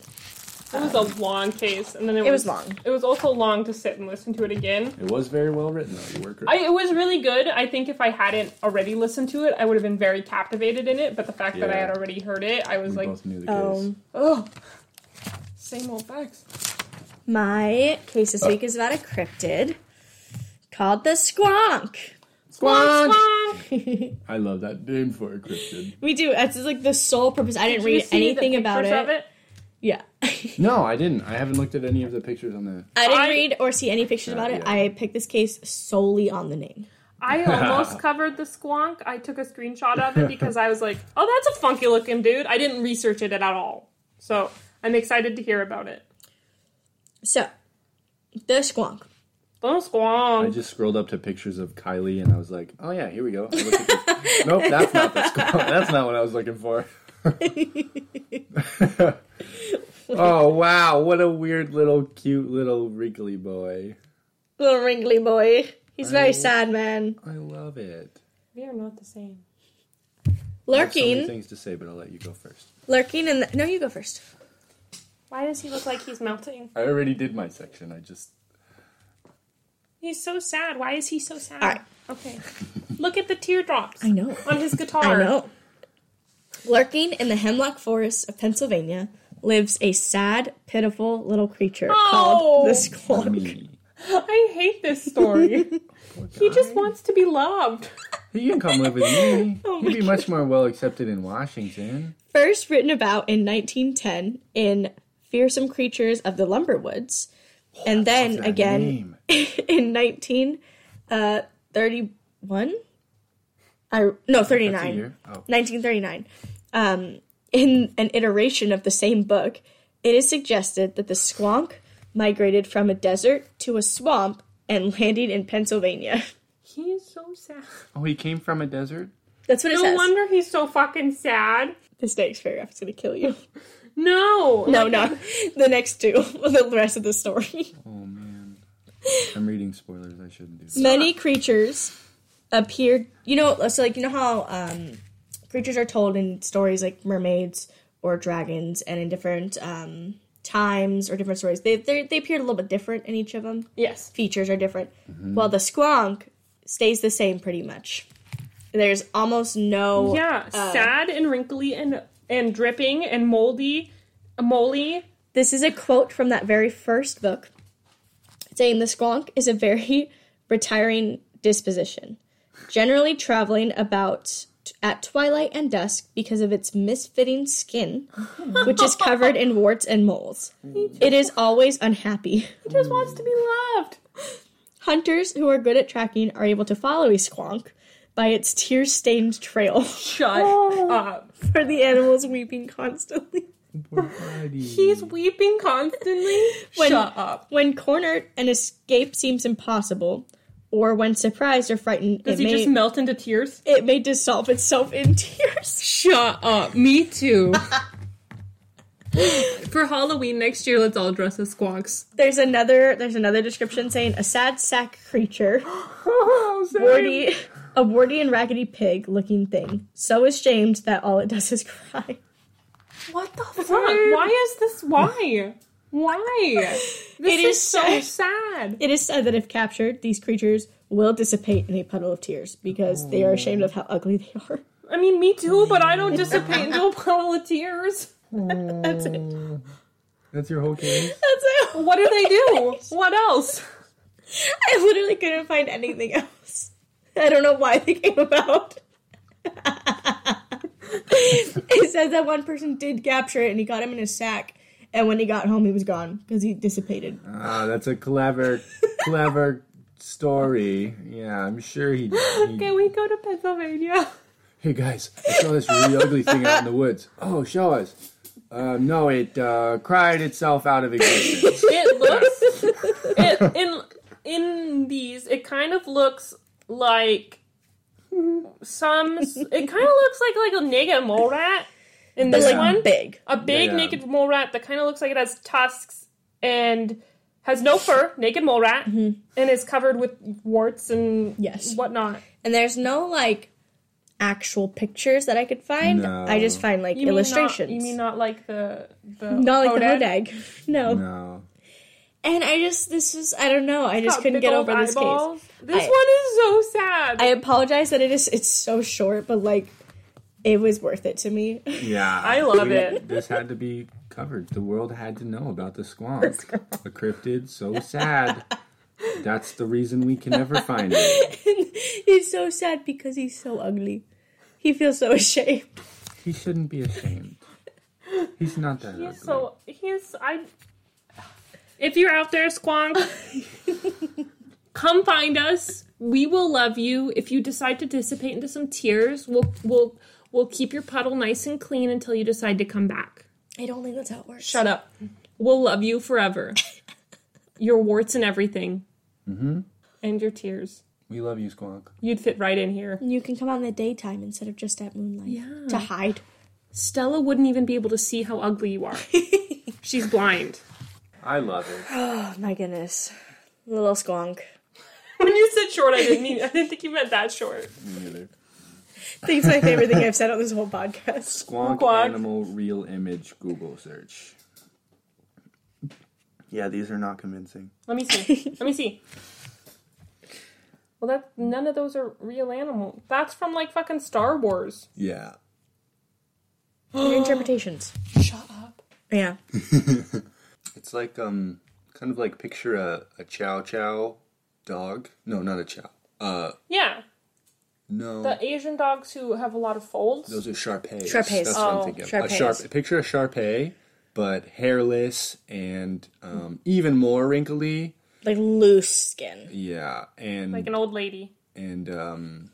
It was a long case, and then it, It was long. It was also long to sit and listen to it again. It was very well written though. You were correct. I, it was really good. I think if I hadn't already listened to it, I would have been very captivated in it. But the fact that I Yeah. had already heard it, I was We like, both knew the case. Um, oh, same old facts. my case Uh. this week is about a cryptid called the squonk. Squonk, Squonk! squonk. I love that name for a cryptid. We do. That's just, like the sole purpose. I didn't Did you read see the anything about pictures of it. Yeah. I No, I didn't. I haven't looked at any of the pictures on the. didn't I- read or see any pictures about it. Uh, yeah. I picked this case solely on the name. I almost covered the squonk. I took a screenshot of it because I was like, oh, that's a funky looking dude. I didn't research it at all. So I'm excited to hear about it. So, the squonk. Little I squonk. just scrolled up to pictures of Kylie and I was like, oh yeah, here we go. I looked at this. nope, that's not the squonk. That's not what I was looking for. oh wow, what a weird little cute little wrinkly boy. Little wrinkly boy. He's very sad, man. I love it. We are not the same. I have so many Lurking. things to say, but I'll let you go first. Lurking in the. No, you go first. Why does he look like he's melting? I already did my section. I just He's so sad. Why is he so sad? All right. Okay. Look at the teardrops I know. on his guitar. I know. Lurking in the hemlock forests of Pennsylvania lives a sad, pitiful little creature called Oh. the squonk. me. I hate this story. he just wants to be loved. He can come live with me. Oh my He'd be much more well accepted in Washington. First written about in 1910 in Fearsome Creatures of the Lumber Woods, and then That again name. in 1931. I no That's a 39. year. Oh. 1939. Um, in an iteration of the same book, it is suggested that the squonk migrated from a desert to a swamp and landed in Pennsylvania. He is so sad. oh, he came from a desert. That's what it No says. wonder he's so fucking sad. This next paragraph is going to kill you. No. No, no. The next two, the rest of the story. Oh man, I'm reading spoilers. I shouldn't do. That. Many creatures appeared. You know, so like you know how um, creatures are told in stories like mermaids or dragons, and in different um, times or different stories, they they they appeared a little bit different in each of them. Yes. Features are different. Well, the squonk stays the same pretty much. There's almost no Yeah. Uh. sad and wrinkly and and dripping and moldy, molly. This is a quote from that very first book saying the squonk is a very retiring disposition, generally traveling about t- at twilight and dusk because of its misfitting skin, which is covered in warts and moles. It is always unhappy. He just wants to be loved. Hunters who are good at tracking are able to follow a squonk by its tear stained trail Shut up. for the animals weeping constantly. He's weeping constantly. When- Shut up. When cornered, an escape seems impossible, or when surprised or frightened, Does it he may just melt into tears? it may dissolve itself in tears. Shut up. Me too. For Halloween next year, let's all dress as squonks. There's another there's another description saying a sad sack creature, Oh, warty, a warty and raggedy pig looking thing, so ashamed that all it does is cry. What the fuck? Why is this? Why? Why? This It is, is so sad. sad. It is said that if captured, these creatures will dissipate in a puddle of tears because they are ashamed of how ugly they are. I mean, me too, but I don't dissipate into a puddle of tears. That's it. That's your whole case. That's it. What do they do? What else? I literally couldn't find anything else. I don't know why they came about. it says that one person did capture it and he got him in a sack. And when he got home, he was gone because he dissipated. Ah, that's a clever, clever story. Yeah, I'm sure he. he- Can we go to Pennsylvania? hey guys, I saw this really ugly thing out in the woods. Oh, show us. Uh, no, it uh, cried itself out of existence. It looks it in in these. It kind of looks like some. It kind of looks like like a naked mole rat in this like one. big. A big Yeah. naked mole rat that kind of looks like it has tusks and has no fur. Naked mole rat and is covered with warts and Mm-hmm. Yes. whatnot. And there's no like actual pictures that I could find. No. I just find like You mean not- illustrations. you mean not like the the not like hodag? the hodag. No. no. And I just this is I don't know. I just Got couldn't big get old over this case. eyeballs. This I- one is so sad. I apologize that it is it's so short, but like it was worth it to me. Yeah. I love We- it. This had to be covered. The world had to know about the squonk. A cryptid so sad. That's the reason we can never find it. he's so sad because he's so ugly. He feels so ashamed. He shouldn't be ashamed. He's not that ugly. He's so he's I. If you're out there, Squonk, come find us. We will love you. If you decide to dissipate into some tears, we'll we'll we'll keep your puddle nice and clean until you decide to come back. I don't think that's how it works. Shut up. We'll love you forever. your warts and everything, mm-hmm. and your tears. We love you, squonk. You'd fit right in here. You can come out in the daytime instead of just at moonlight. Yeah. To hide. Stella wouldn't even be able to see how ugly you are. She's blind. I love it. Oh my goodness. Little squonk. When you said short, I didn't mean. I didn't think you meant that short. Think it's my favorite thing I've said on this whole podcast. Squonk, Squonk. animal real image Google search. Yeah, these are not convincing. Let me see. Let me see. Well, that none of those are real animal. That's from like fucking Star Wars. Yeah. Your interpretations. Shut up. Yeah. It's like um kind of like picture a, a chow chow dog. No, not a chow. Uh Yeah, no. the Asian dogs who have a lot of folds. Those are Sharpays. Sharpays. That's what Oh. I'm thinking. of. A Sharpays. sharp, picture a Sharpay, but hairless and um, even more wrinkly. Like loose skin. Yeah, and like an old lady. and um,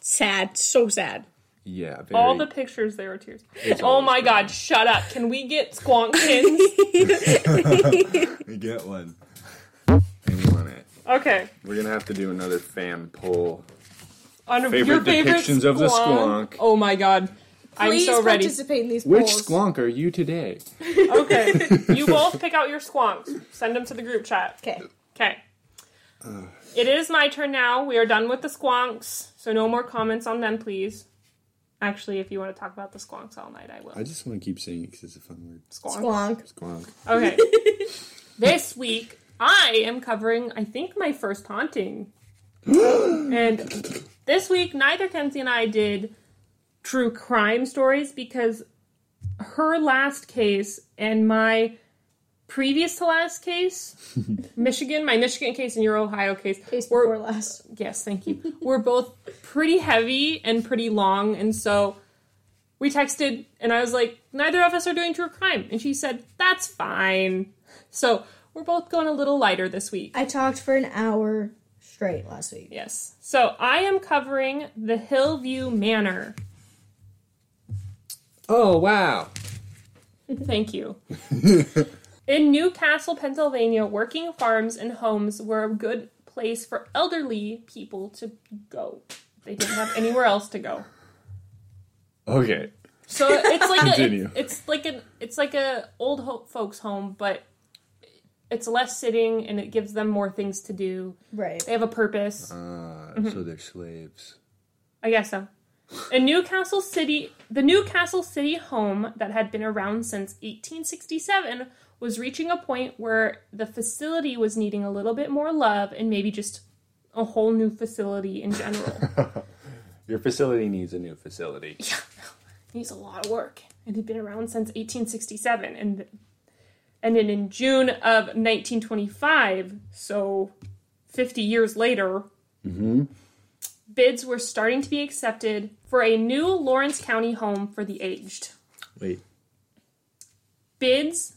Sad. So sad. yeah, very, All the pictures there are tears. Oh always my god! Shut up. Can we get squonkins? we get one. And we want it. okay. We're gonna have to do another fan poll. On Favorite your favorite depictions of the squonk. squonk. Oh my god. I'm so ready. participate in these Which polls. squonk are you today? Okay. you both pick out your squonks. Send them to the group chat. Okay. Okay. It is my turn now. We are done with the squonks, so no more comments on them, please. Actually, if you want to talk about the squonks all night, I will. I just want to keep saying it because it's a fun word. Squonk. Squonk. Squonk. Okay. this week, I am covering, I think, my first haunting. and this week, neither Kenzie and I did true crime stories because her last case and my previous to last case, Michigan, my Michigan case and your Ohio case, Case were before last. Yes, thank you. We're both pretty heavy and pretty long, and so we texted, and I was like, neither of us are doing true crime, and she said, that's fine. So we're both going a little lighter this week. I talked for an hour straight last week. Yes. So I am covering the Hillview Manor. Oh wow! Thank you. In Newcastle, Pennsylvania, working farms and homes were a good place for elderly people to go. They didn't have anywhere else to go. Okay, So it's like a, Continue. it's, it's like an it's like a old ho- folks home, but it's less sitting and it gives them more things to do. Right. They have a purpose. uh, Mm-hmm. so they're slaves. I guess so. In Newcastle City, the Newcastle City home that had been around since 1867 was reaching a point where the facility was needing a little bit more love and maybe just a whole new facility in general. Your facility needs a new facility. needs a lot of work. and had been around since 1867. And and then in June of 1925, so 50 years later, bids were starting to be accepted for a new Lawrence County home for the aged. Wait, Bids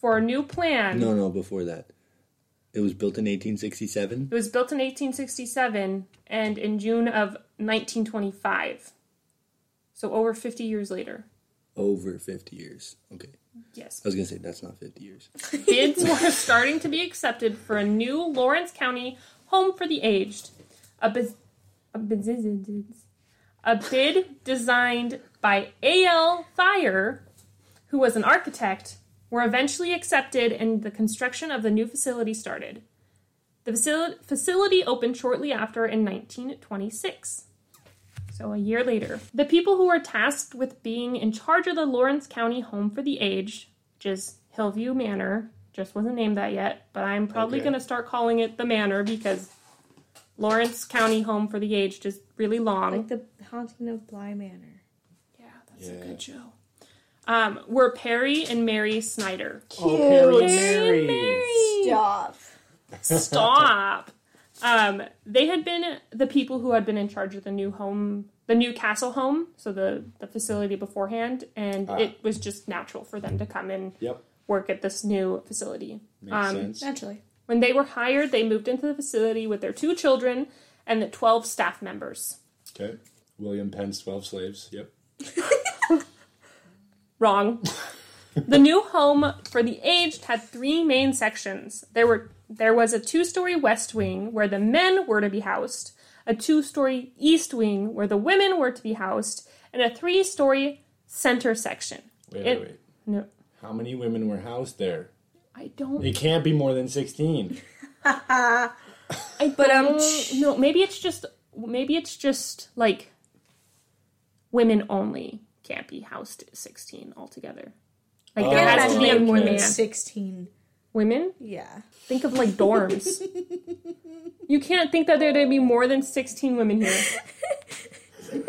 for a new plan. no, no, before that. It was built in 1867. It was built in 1867 and in June of 1925. So over 50 years later. Over 50 years. Okay. Yes. I was going to say, that's not 50 years. Bids were starting to be accepted for a new Lawrence County home for the aged. A, biz- a, biz- a bid designed by A.L. Fire, who was an architect, were eventually accepted and the construction of the new facility started. The facil- facility opened shortly after in 1926. So, a year later, the people who were tasked with being in charge of the Lawrence County Home for the Aged, which is Hillview Manor, just wasn't named that yet, but I'm probably Okay. going to start calling it the Manor because Lawrence County Home for the Aged is really long. Like the haunting of Bly Manor. yeah, that's a good show. Um, were Perry and Mary Snyder. Oh, Perry and Mary. Stop. Stop. um, they had been the people who had been in charge of the new home, the new castle home, so the, the facility beforehand, and it was just natural for them to come and Yep. work at this new facility. um, Naturally. When they were hired, they moved into the facility with their two children and the 12 staff members. Okay. William Penn's 12 Slaves. Yep. Wrong. the new home for the aged had three main sections. There were there was a two-story west wing where the men were to be housed, a two-story east wing where the women were to be housed, and a three-story center section. Wait, It- wait, wait. No, How many women were housed there? I don't. It can't be more than 16. I but um, no, maybe it's just maybe it's just like women only can't be housed at 16 altogether. Like there Oh, has to be a okay. more than man. 16. Women? Yeah. Think of like dorms. you can't think that there'd be more than 16 women here.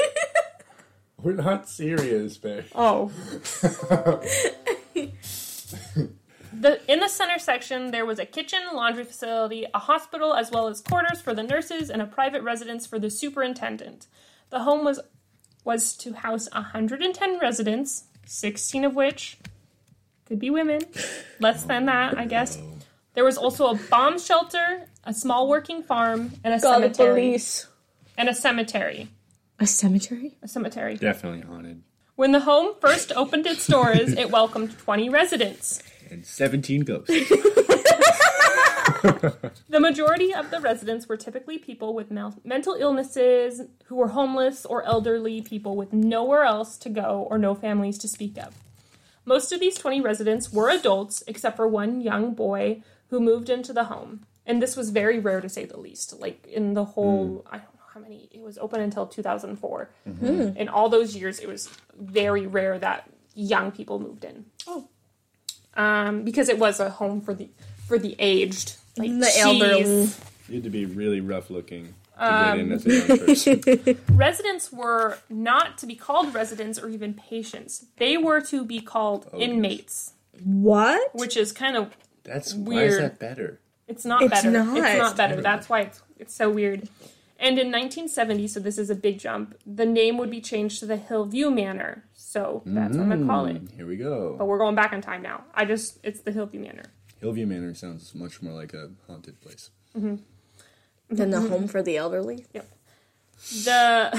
We're not serious, Barry. Oh. the, in the center section, there was a kitchen, laundry facility, a hospital, as well as quarters for the nurses and a private residence for the superintendent. The home was was to house 110 residents, 16 of which could be women. Less than that, I guess. There was also a bomb shelter, a small working farm, and a cemetery. And a cemetery. A cemetery? A cemetery. Definitely haunted. When the home first opened its doors, it welcomed 20 residents. And 17 ghosts. The majority of the residents were typically people with mel- mental illnesses, who were homeless, or elderly people with nowhere else to go or no families to speak of. Most of these 20 residents were adults, except for one young boy who moved into the home. And this was very rare to say the least. Like in the whole, I don't know how many, it was open until 2004. Hmm. In all those years, it was very rare that young people moved in. Oh. Um, because it was a home for the for the aged, like The geez. elderly. You had to be really rough looking to get in as a young person. residents were not to be called residents or even patients. They were to be called inmates, What? which is kind of That's why is Weird. that better? it's not It's better. not. It's not better. That's why it's it's so weird. And in 1970, so this is a big jump, the name would be changed to the Hillview Manor. So that's what I'm gonna call it. Mm. Hmm, Here we go. Oh. But we're going back in time now. I just it's the Hillview Manor. Hillview Manor sounds much more like a haunted place. Then the home for the elderly? The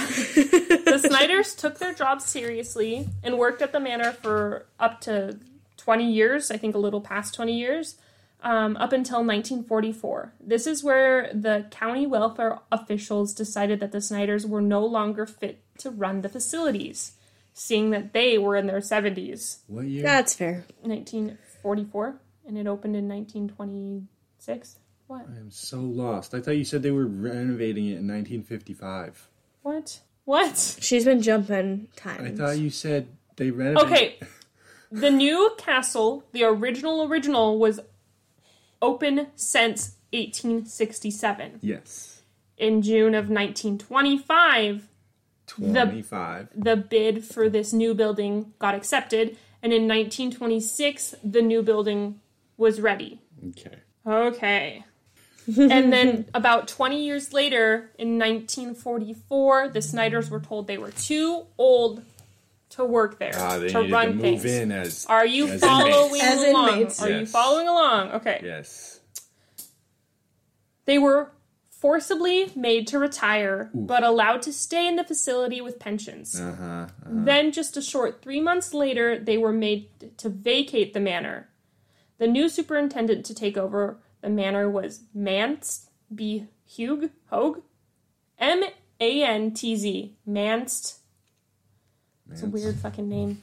the Snyders took their job seriously and worked at the manor for up to 20 years, I think a little past 20 years, um, up until 1944. This is where the county welfare officials decided that the Snyders were no longer fit to run the facilities, seeing that they were in their 70s. What year? That's fair. 1944, and it opened in 1926. What? I'm so lost. I thought you said they were renovating it in 1955. What? What? She's been jumping times. I thought you said they renovated. Okay. The new castle, the original original, was open since 1867. Yes. In June of 1925, the 25. the bid for this new building got accepted, and in 1926 the new building was ready. Okay. Okay. and then about 20 years later, in 1944, the Snyders were told they were too old to work there, Ah, they to needed run to move things. in as. Are you As following inmates. As along? inmates. Are you Yes. following along? Okay. Yes. They were forcibly made to retire, but allowed to stay in the facility with pensions. Uh huh. Then, just a short three months later, they were made to vacate the manor. The new superintendent to take over the manor was Manst B. Hug Hogue, M A N T Z. Manst. It's a weird fucking name.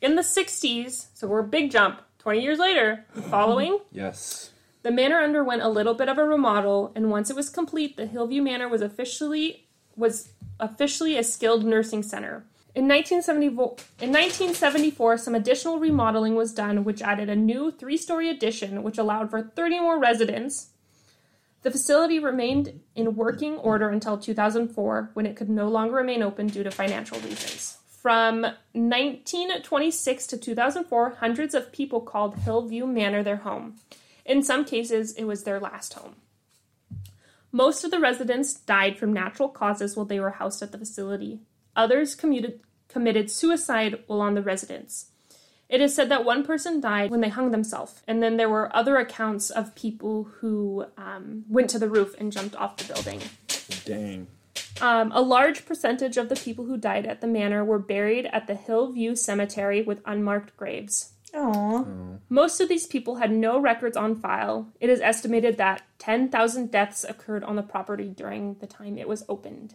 In the 60s, so we're a big jump, 20 years later, the following, Yes. the manor underwent a little bit of a remodel, and once it was complete, the Hillview Manor was officially was officially a skilled nursing center. In 1974, in 1974, some additional remodeling was done, which added a new three-story addition, which allowed for 30 more residents. The facility remained in working order until 2004, when it could no longer remain open due to financial reasons. From 1926 to 2004, hundreds of people called Hillview Manor their home. In some cases, it was their last home. Most of the residents died from natural causes while they were housed at the facility. Others commuted, committed suicide while on the residence. It is said that one person died when they hung themselves, and then there were other accounts of people who um, went to the roof and jumped off the building. Dang. Um, a large percentage of the people who died at the manor were buried at the Hillview Cemetery with unmarked graves. Aww. Most of these people had no records on file. It is estimated that 10,000 deaths occurred on the property during the time it was opened.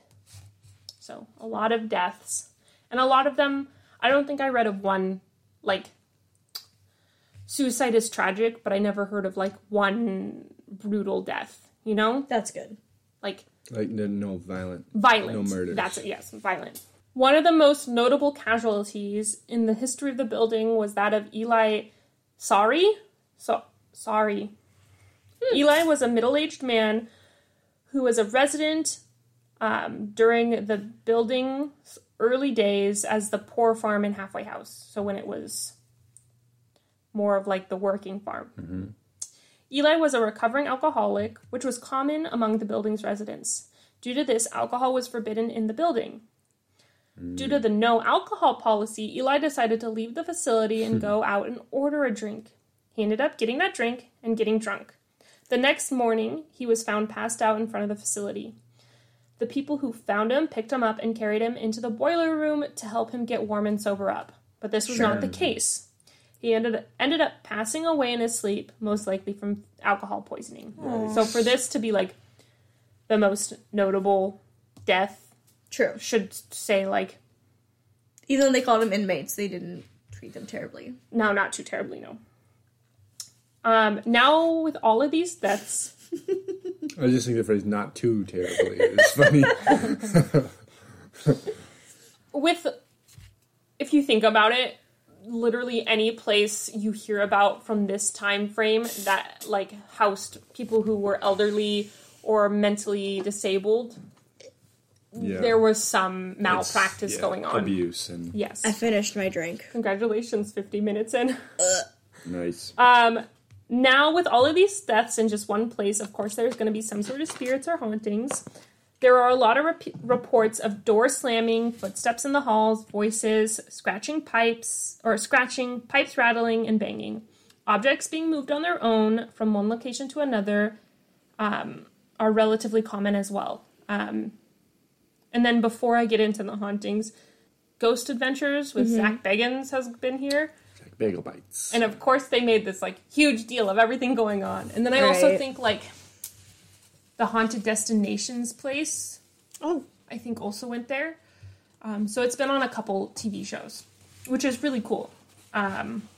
So, a lot of deaths. And a lot of them, I don't think I read of one, like, suicide is tragic, but I never heard of, like, one brutal death, you know? That's good. Like, Like, no, no violent. violent. No murders. That's it, yes, violent. One of the most notable casualties in the history of the building was that of Eli Sari. So, sorry. Eli was a middle aged man who was a resident um, during the building's early days as the poor farm and halfway house. So, when it was more of like the working farm. Mm-hmm. Eli was a recovering alcoholic, which was common among the building's residents. Due to this, alcohol was forbidden in the building. Due to the no alcohol policy, Eli decided to leave the facility and go out and order a drink. He ended up getting that drink and getting drunk. The next morning, he was found passed out in front of the facility. The people who found him picked him up and carried him into the boiler room to help him get warm and sober up. But this was not the case. He ended ended up passing away in his sleep, most likely from alcohol poisoning. So for this to be like the most notable death True. should say like Even though they called them inmates, they didn't treat them terribly. no, not too terribly no. Um, now with all of these deaths, I just think the phrase not too terribly is funny. with if you think about it, literally any place you hear about from this time frame that like housed people who were elderly or mentally disabled, Yeah. there was some malpractice Yeah, going on. Abuse and. I Yes. finished my drink. Congratulations, 50 minutes in. Nice. Uh, Um, now, with all of these deaths in just one place, of course, there's going to be some sort of spirits or hauntings. There are a lot of rep- reports of door slamming, footsteps in the halls, voices, scratching pipes, or scratching, pipes rattling, and banging. Objects being moved on their own from one location to another um, are relatively common as well. Um, and then, before I get into the hauntings, Ghost Adventures with Zach Beggins has been here. Like bagel bites. And of course, they made this like huge deal of everything going on. And then I also Right. think like the haunted destinations place. Oh. I think also went there. Um, so it's been on a couple TV shows, which is really cool. Um,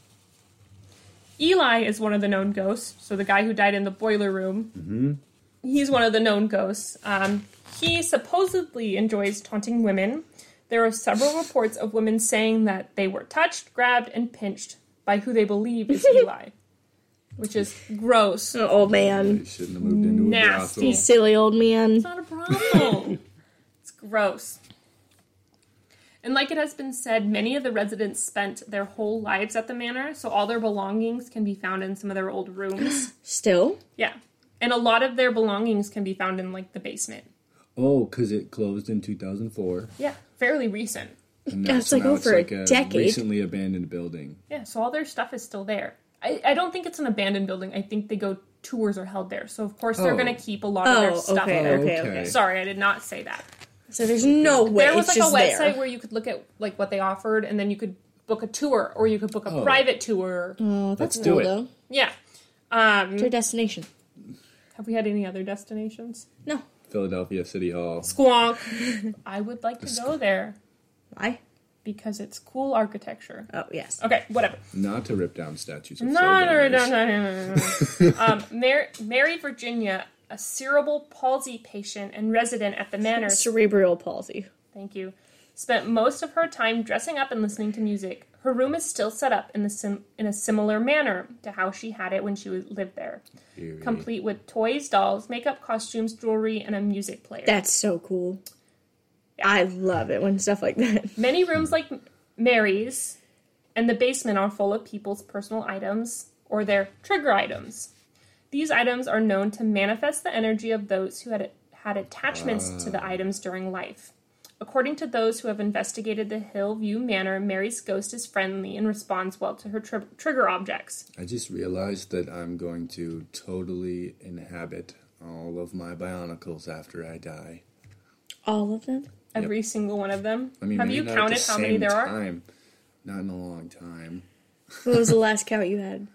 Eli is one of the known ghosts. So the guy who died in the boiler room, he's one of the known ghosts. Um, he supposedly enjoys taunting women. There are several reports of women saying that they were touched, grabbed, and pinched by who they believe is Eli, which is gross. An old man. They shouldn't have moved into Nasty. a brothel. Silly old man. It's not a brothel. it's gross. And like it has been said, many of the residents spent their whole lives at the manor, so all their belongings can be found in some of their old rooms. Still, yeah. And a lot of their belongings can be found in like the basement. Oh, because it closed in 2004. Yeah. Fairly recent. And Yeah, it's like over a decade. recently abandoned building. Yeah, so all their stuff is still there. I, I don't think it's an abandoned building. I think they go tours are held there. So of course they're Oh. gonna keep a lot of their Oh, stuff okay, there. okay, okay. okay. Sorry, I did not say that. so there's no way there was like it's a just website there. where you could look at like what they offered and then you could book a tour or you could book a Oh. private tour. Oh, that's Let's do cool it. though. Yeah. Um, It's your destination. have we had any other destinations? No, Philadelphia City Hall. Squonk. I would like to go there why? because it's cool architecture. Oh yes. Okay, whatever. Not to rip down statues. Of No, no, no, soldiers. no, no, no, no, no. um, Mary, Mary Virginia, a cerebral palsy patient and resident at the manor. Cerebral palsy. Thank you. Spent most of her time dressing up and listening to music. Her room is still set up in the sim- in a similar manner to how she had it when she was- lived there, Eerie. complete with toys, dolls, makeup, costumes, jewelry, and a music player. That's so cool. I love it when stuff like that. Many rooms like Mary's and the basement are full of people's personal items or their trigger items. These items are known to manifest the energy of those who had had attachments to Ah. the items during life. According to those who have investigated the Hillview Manor, Mary's ghost is friendly and responds well to her tri- trigger objects. I just realized that I'm going to totally inhabit all of my bionicles after I die. All of them. Every single one of them. I mean, have maybe you not at counted the how many same there are? time. Not in a long time. What was the last count you had?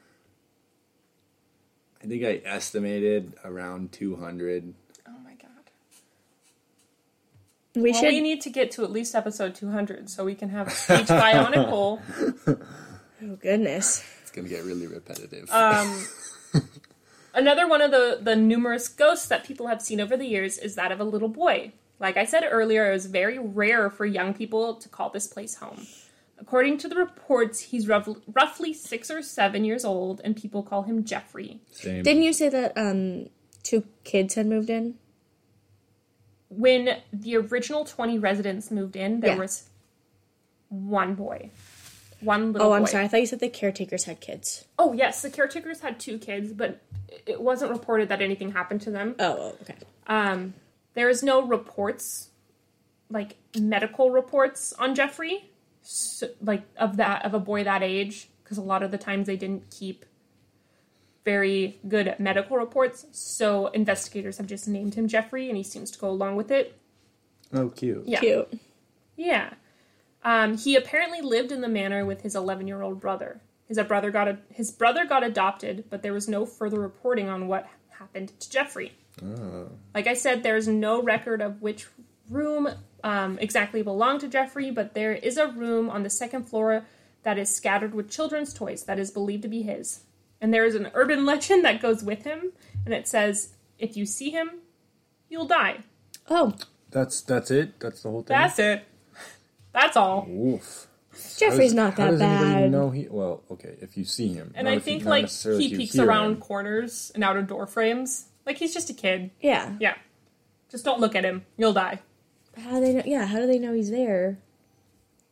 I think I estimated around 200. Oh my god. Well, We should. we need to get to at least episode 200 so we can have each bionicle oh goodness. It's going to get really repetitive. Um, another one of the, the numerous ghosts that people have seen over the years is that of a little boy. Like I said earlier, it was very rare for young people to call this place home. According to the reports, he's rough, roughly six or seven years old, and people call him Jeffrey. same. Didn't you say that um two kids had moved in? When the original 20 residents moved in, there Yeah. was one boy. One little Oh, boy. I'm sorry. I thought you said the caretakers had kids. Oh, yes, the caretakers had two kids, but it wasn't reported that anything happened to them. Oh, okay. Um, there is no reports, like medical reports on Jeffrey, so, like of that of a boy that age, because a lot of the times they didn't keep very good medical reports. So investigators have just named him Jeffrey, and he seems to go along with it. Oh, cute. Yeah. Cute. Yeah. Um, he apparently lived in the manor with his 11-year-old brother. His uh, brother got a, his brother got adopted, but there was no further reporting on what happened to Jeffrey. Like I said, there's no record of which room um, exactly belonged to Jeffrey, but there is a room on the second floor that is scattered with children's toys that is believed to be his. And there is an urban legend that goes with him, and it says, "If you see him, you'll die." Oh, That's that's it? That's the whole thing? That's it. That's all. Oof. Jeffrey's How does- not how that does anybody bad. know he? Well, okay, if you see him, And not if I you- think not like necessarily if he you peeks hear around him. corners and out of door frames. Like he's just a kid. Yeah. Yeah. Just don't look at him. You'll die. How do they know? Yeah. How do they know he's there?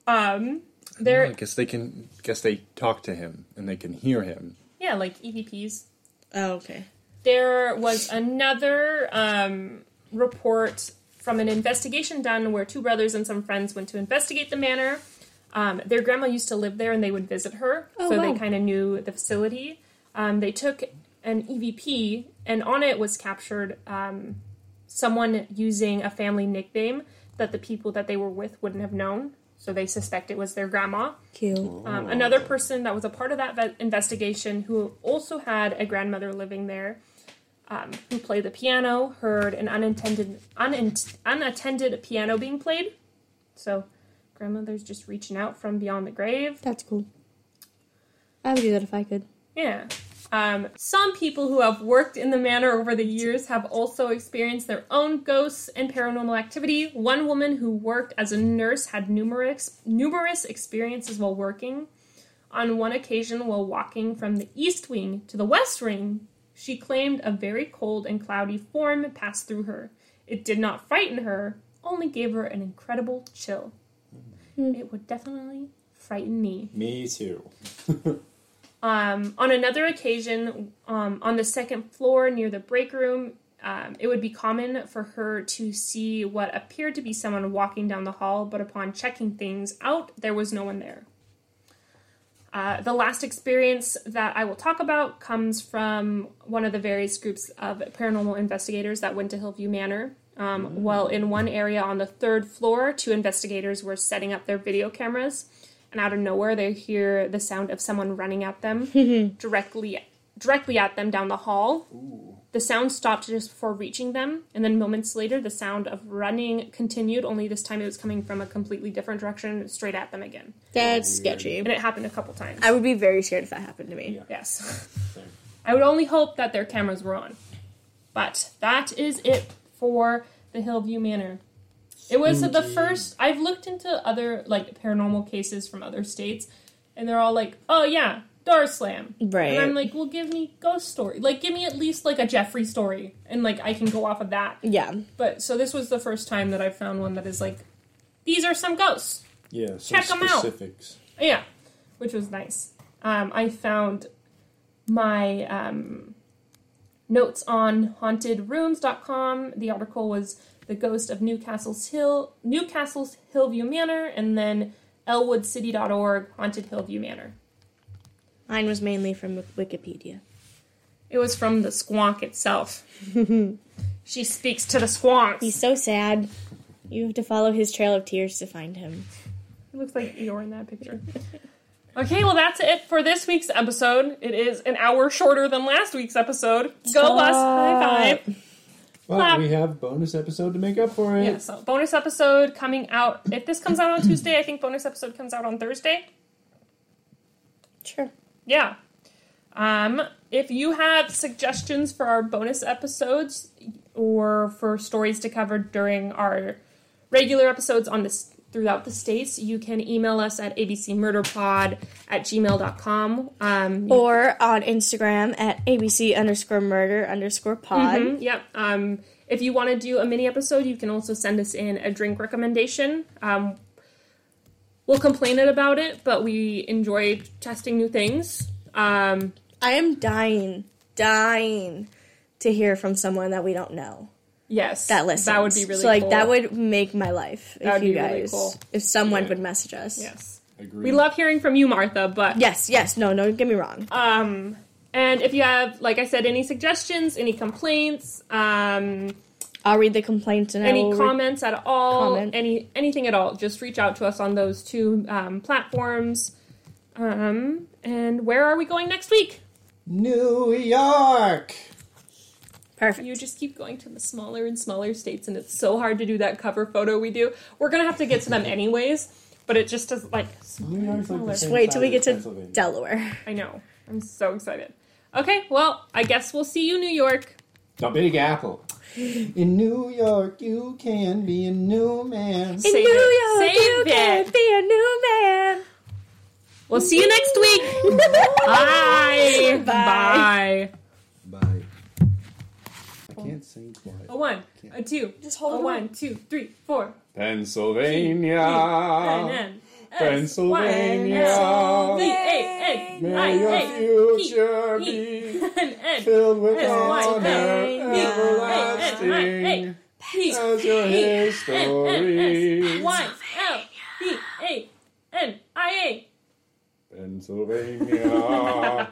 Um Well, there I guess they can. Guess they talk to him and they can hear him. yeah, like E EVPs. Oh, okay. There was another um report from an investigation done where two brothers and some friends went to investigate the manor. Um, their grandma used to live there and they would visit her, Oh, so wow. they kind of knew the facility. Um, they took an EVP, and on it was captured um, someone using a family nickname that the people that they were with wouldn't have known, so they suspect it was their grandma. Cute. Um, another person that was a part of that vet- investigation who also had a grandmother living there um, who played the piano heard an unintended unin- unattended piano being played so grandmother's just reaching out from beyond the grave That's cool. I would do that if I could. yeah um, some people who have worked in the manor over the years have also experienced their own ghosts and paranormal activity. One woman who worked as a nurse had numerous numerous experiences while working. On one occasion, while walking from the east wing to the west wing, she claimed a very cold and cloudy form passed through her. It did not frighten her, only gave her an incredible chill. it would definitely frighten me. Me too. Um, on another occasion, um, on the second floor near the break room, um, it would be common for her to see what appeared to be someone walking down the hall, but upon checking things out, there was no one there. Uh, the last experience that I will talk about comes from one of the various groups of paranormal investigators that went to Hillview Manor. Um, While in one area on the third floor, two investigators were setting up their video cameras, and out of nowhere, they hear the sound of someone running at them directly directly at them down the hall. The sound stopped just before reaching them, and then moments later, the sound of running continued. Only this time, it was coming from a completely different direction, straight at them again, That's sketchy. and it happened a couple times. I would be very scared if that happened to me. Yes. I would only hope that their cameras were on. But that is it for the Hillview Manor. It was the first I've looked into other like paranormal cases from other states and they're all like, "Oh yeah, door slam." And I'm Right. like, "Well, give me ghost story. Like give me at least like a Jeffrey story and like I can go off of that." yeah. But so this was the first time that I found one that is like these are some ghosts. Yeah, some Check 'em out. specifics. Yeah, which was nice. Um, I found my um, notes on hauntedrooms.com. The article was The Ghost of Newcastle's Hill, Newcastle's Hillview Manor, and then elwoodcity.org, Haunted Hillview Manor. Mine was mainly from Wikipedia. It was from the squonk itself. she speaks to the squonks. He's He so sad. You have to follow his trail of tears to find him. looks like Eeyore in that picture. Okay, well, that's it for this week's episode. It is an hour shorter than last week's episode. Go, us! High five! But we have bonus episode to make up for it. Yeah, so bonus episode coming out. If this comes out on Tuesday, I think bonus episode comes out on Thursday. Sure. Yeah. Um, if you have suggestions for our bonus episodes or for stories to cover during our regular episodes on this throughout the states, you can email us at abcmurderpod at gmail.com. Um, Or on Instagram at abc underscore murder underscore pod. Mhm, Yep. Um, if you want to do a mini episode, you can also send us in a drink recommendation. Um, we'll complain it about it, but we enjoy testing new things. Um, I am dying, dying to hear from someone that we don't know yes, that listens. That would be really so. Like cool. that would make my life if would you be guys, really cool. if someone would message us. yes. Agreed. We love hearing from you, Martha. But Yes, yes, no, no, get me wrong. um, and if you have, like I said, any suggestions, any complaints, um, I'll read the complaints and I any will re- comments at all, Comment. any anything at all, just reach out to us on those two um, platforms. Um, and where are we going next week? New York. Perfect. You just keep going to the smaller and smaller states, and it's so hard to do that cover photo we do. We're gonna have to get to them anyways, but it just does like. New York's like the Just same Wait till we size get as to Pennsylvania. Delaware. I know. I'm so excited. Okay, well, I guess we'll see you, New York. The Big Apple. In New York, you can be a new man. In Save New it. York, you Save can it. be a new man. We'll see you next week. Bye. Bye. Bye. Bye. I can't sing quiet. A one, a two, Just a one, two, three, four. Pennsylvania. V Pennsylvania. A N I May your A P future E be N N. filled with Yes, honor Pennsylvania. everlasting. As your history. Pennsylvania.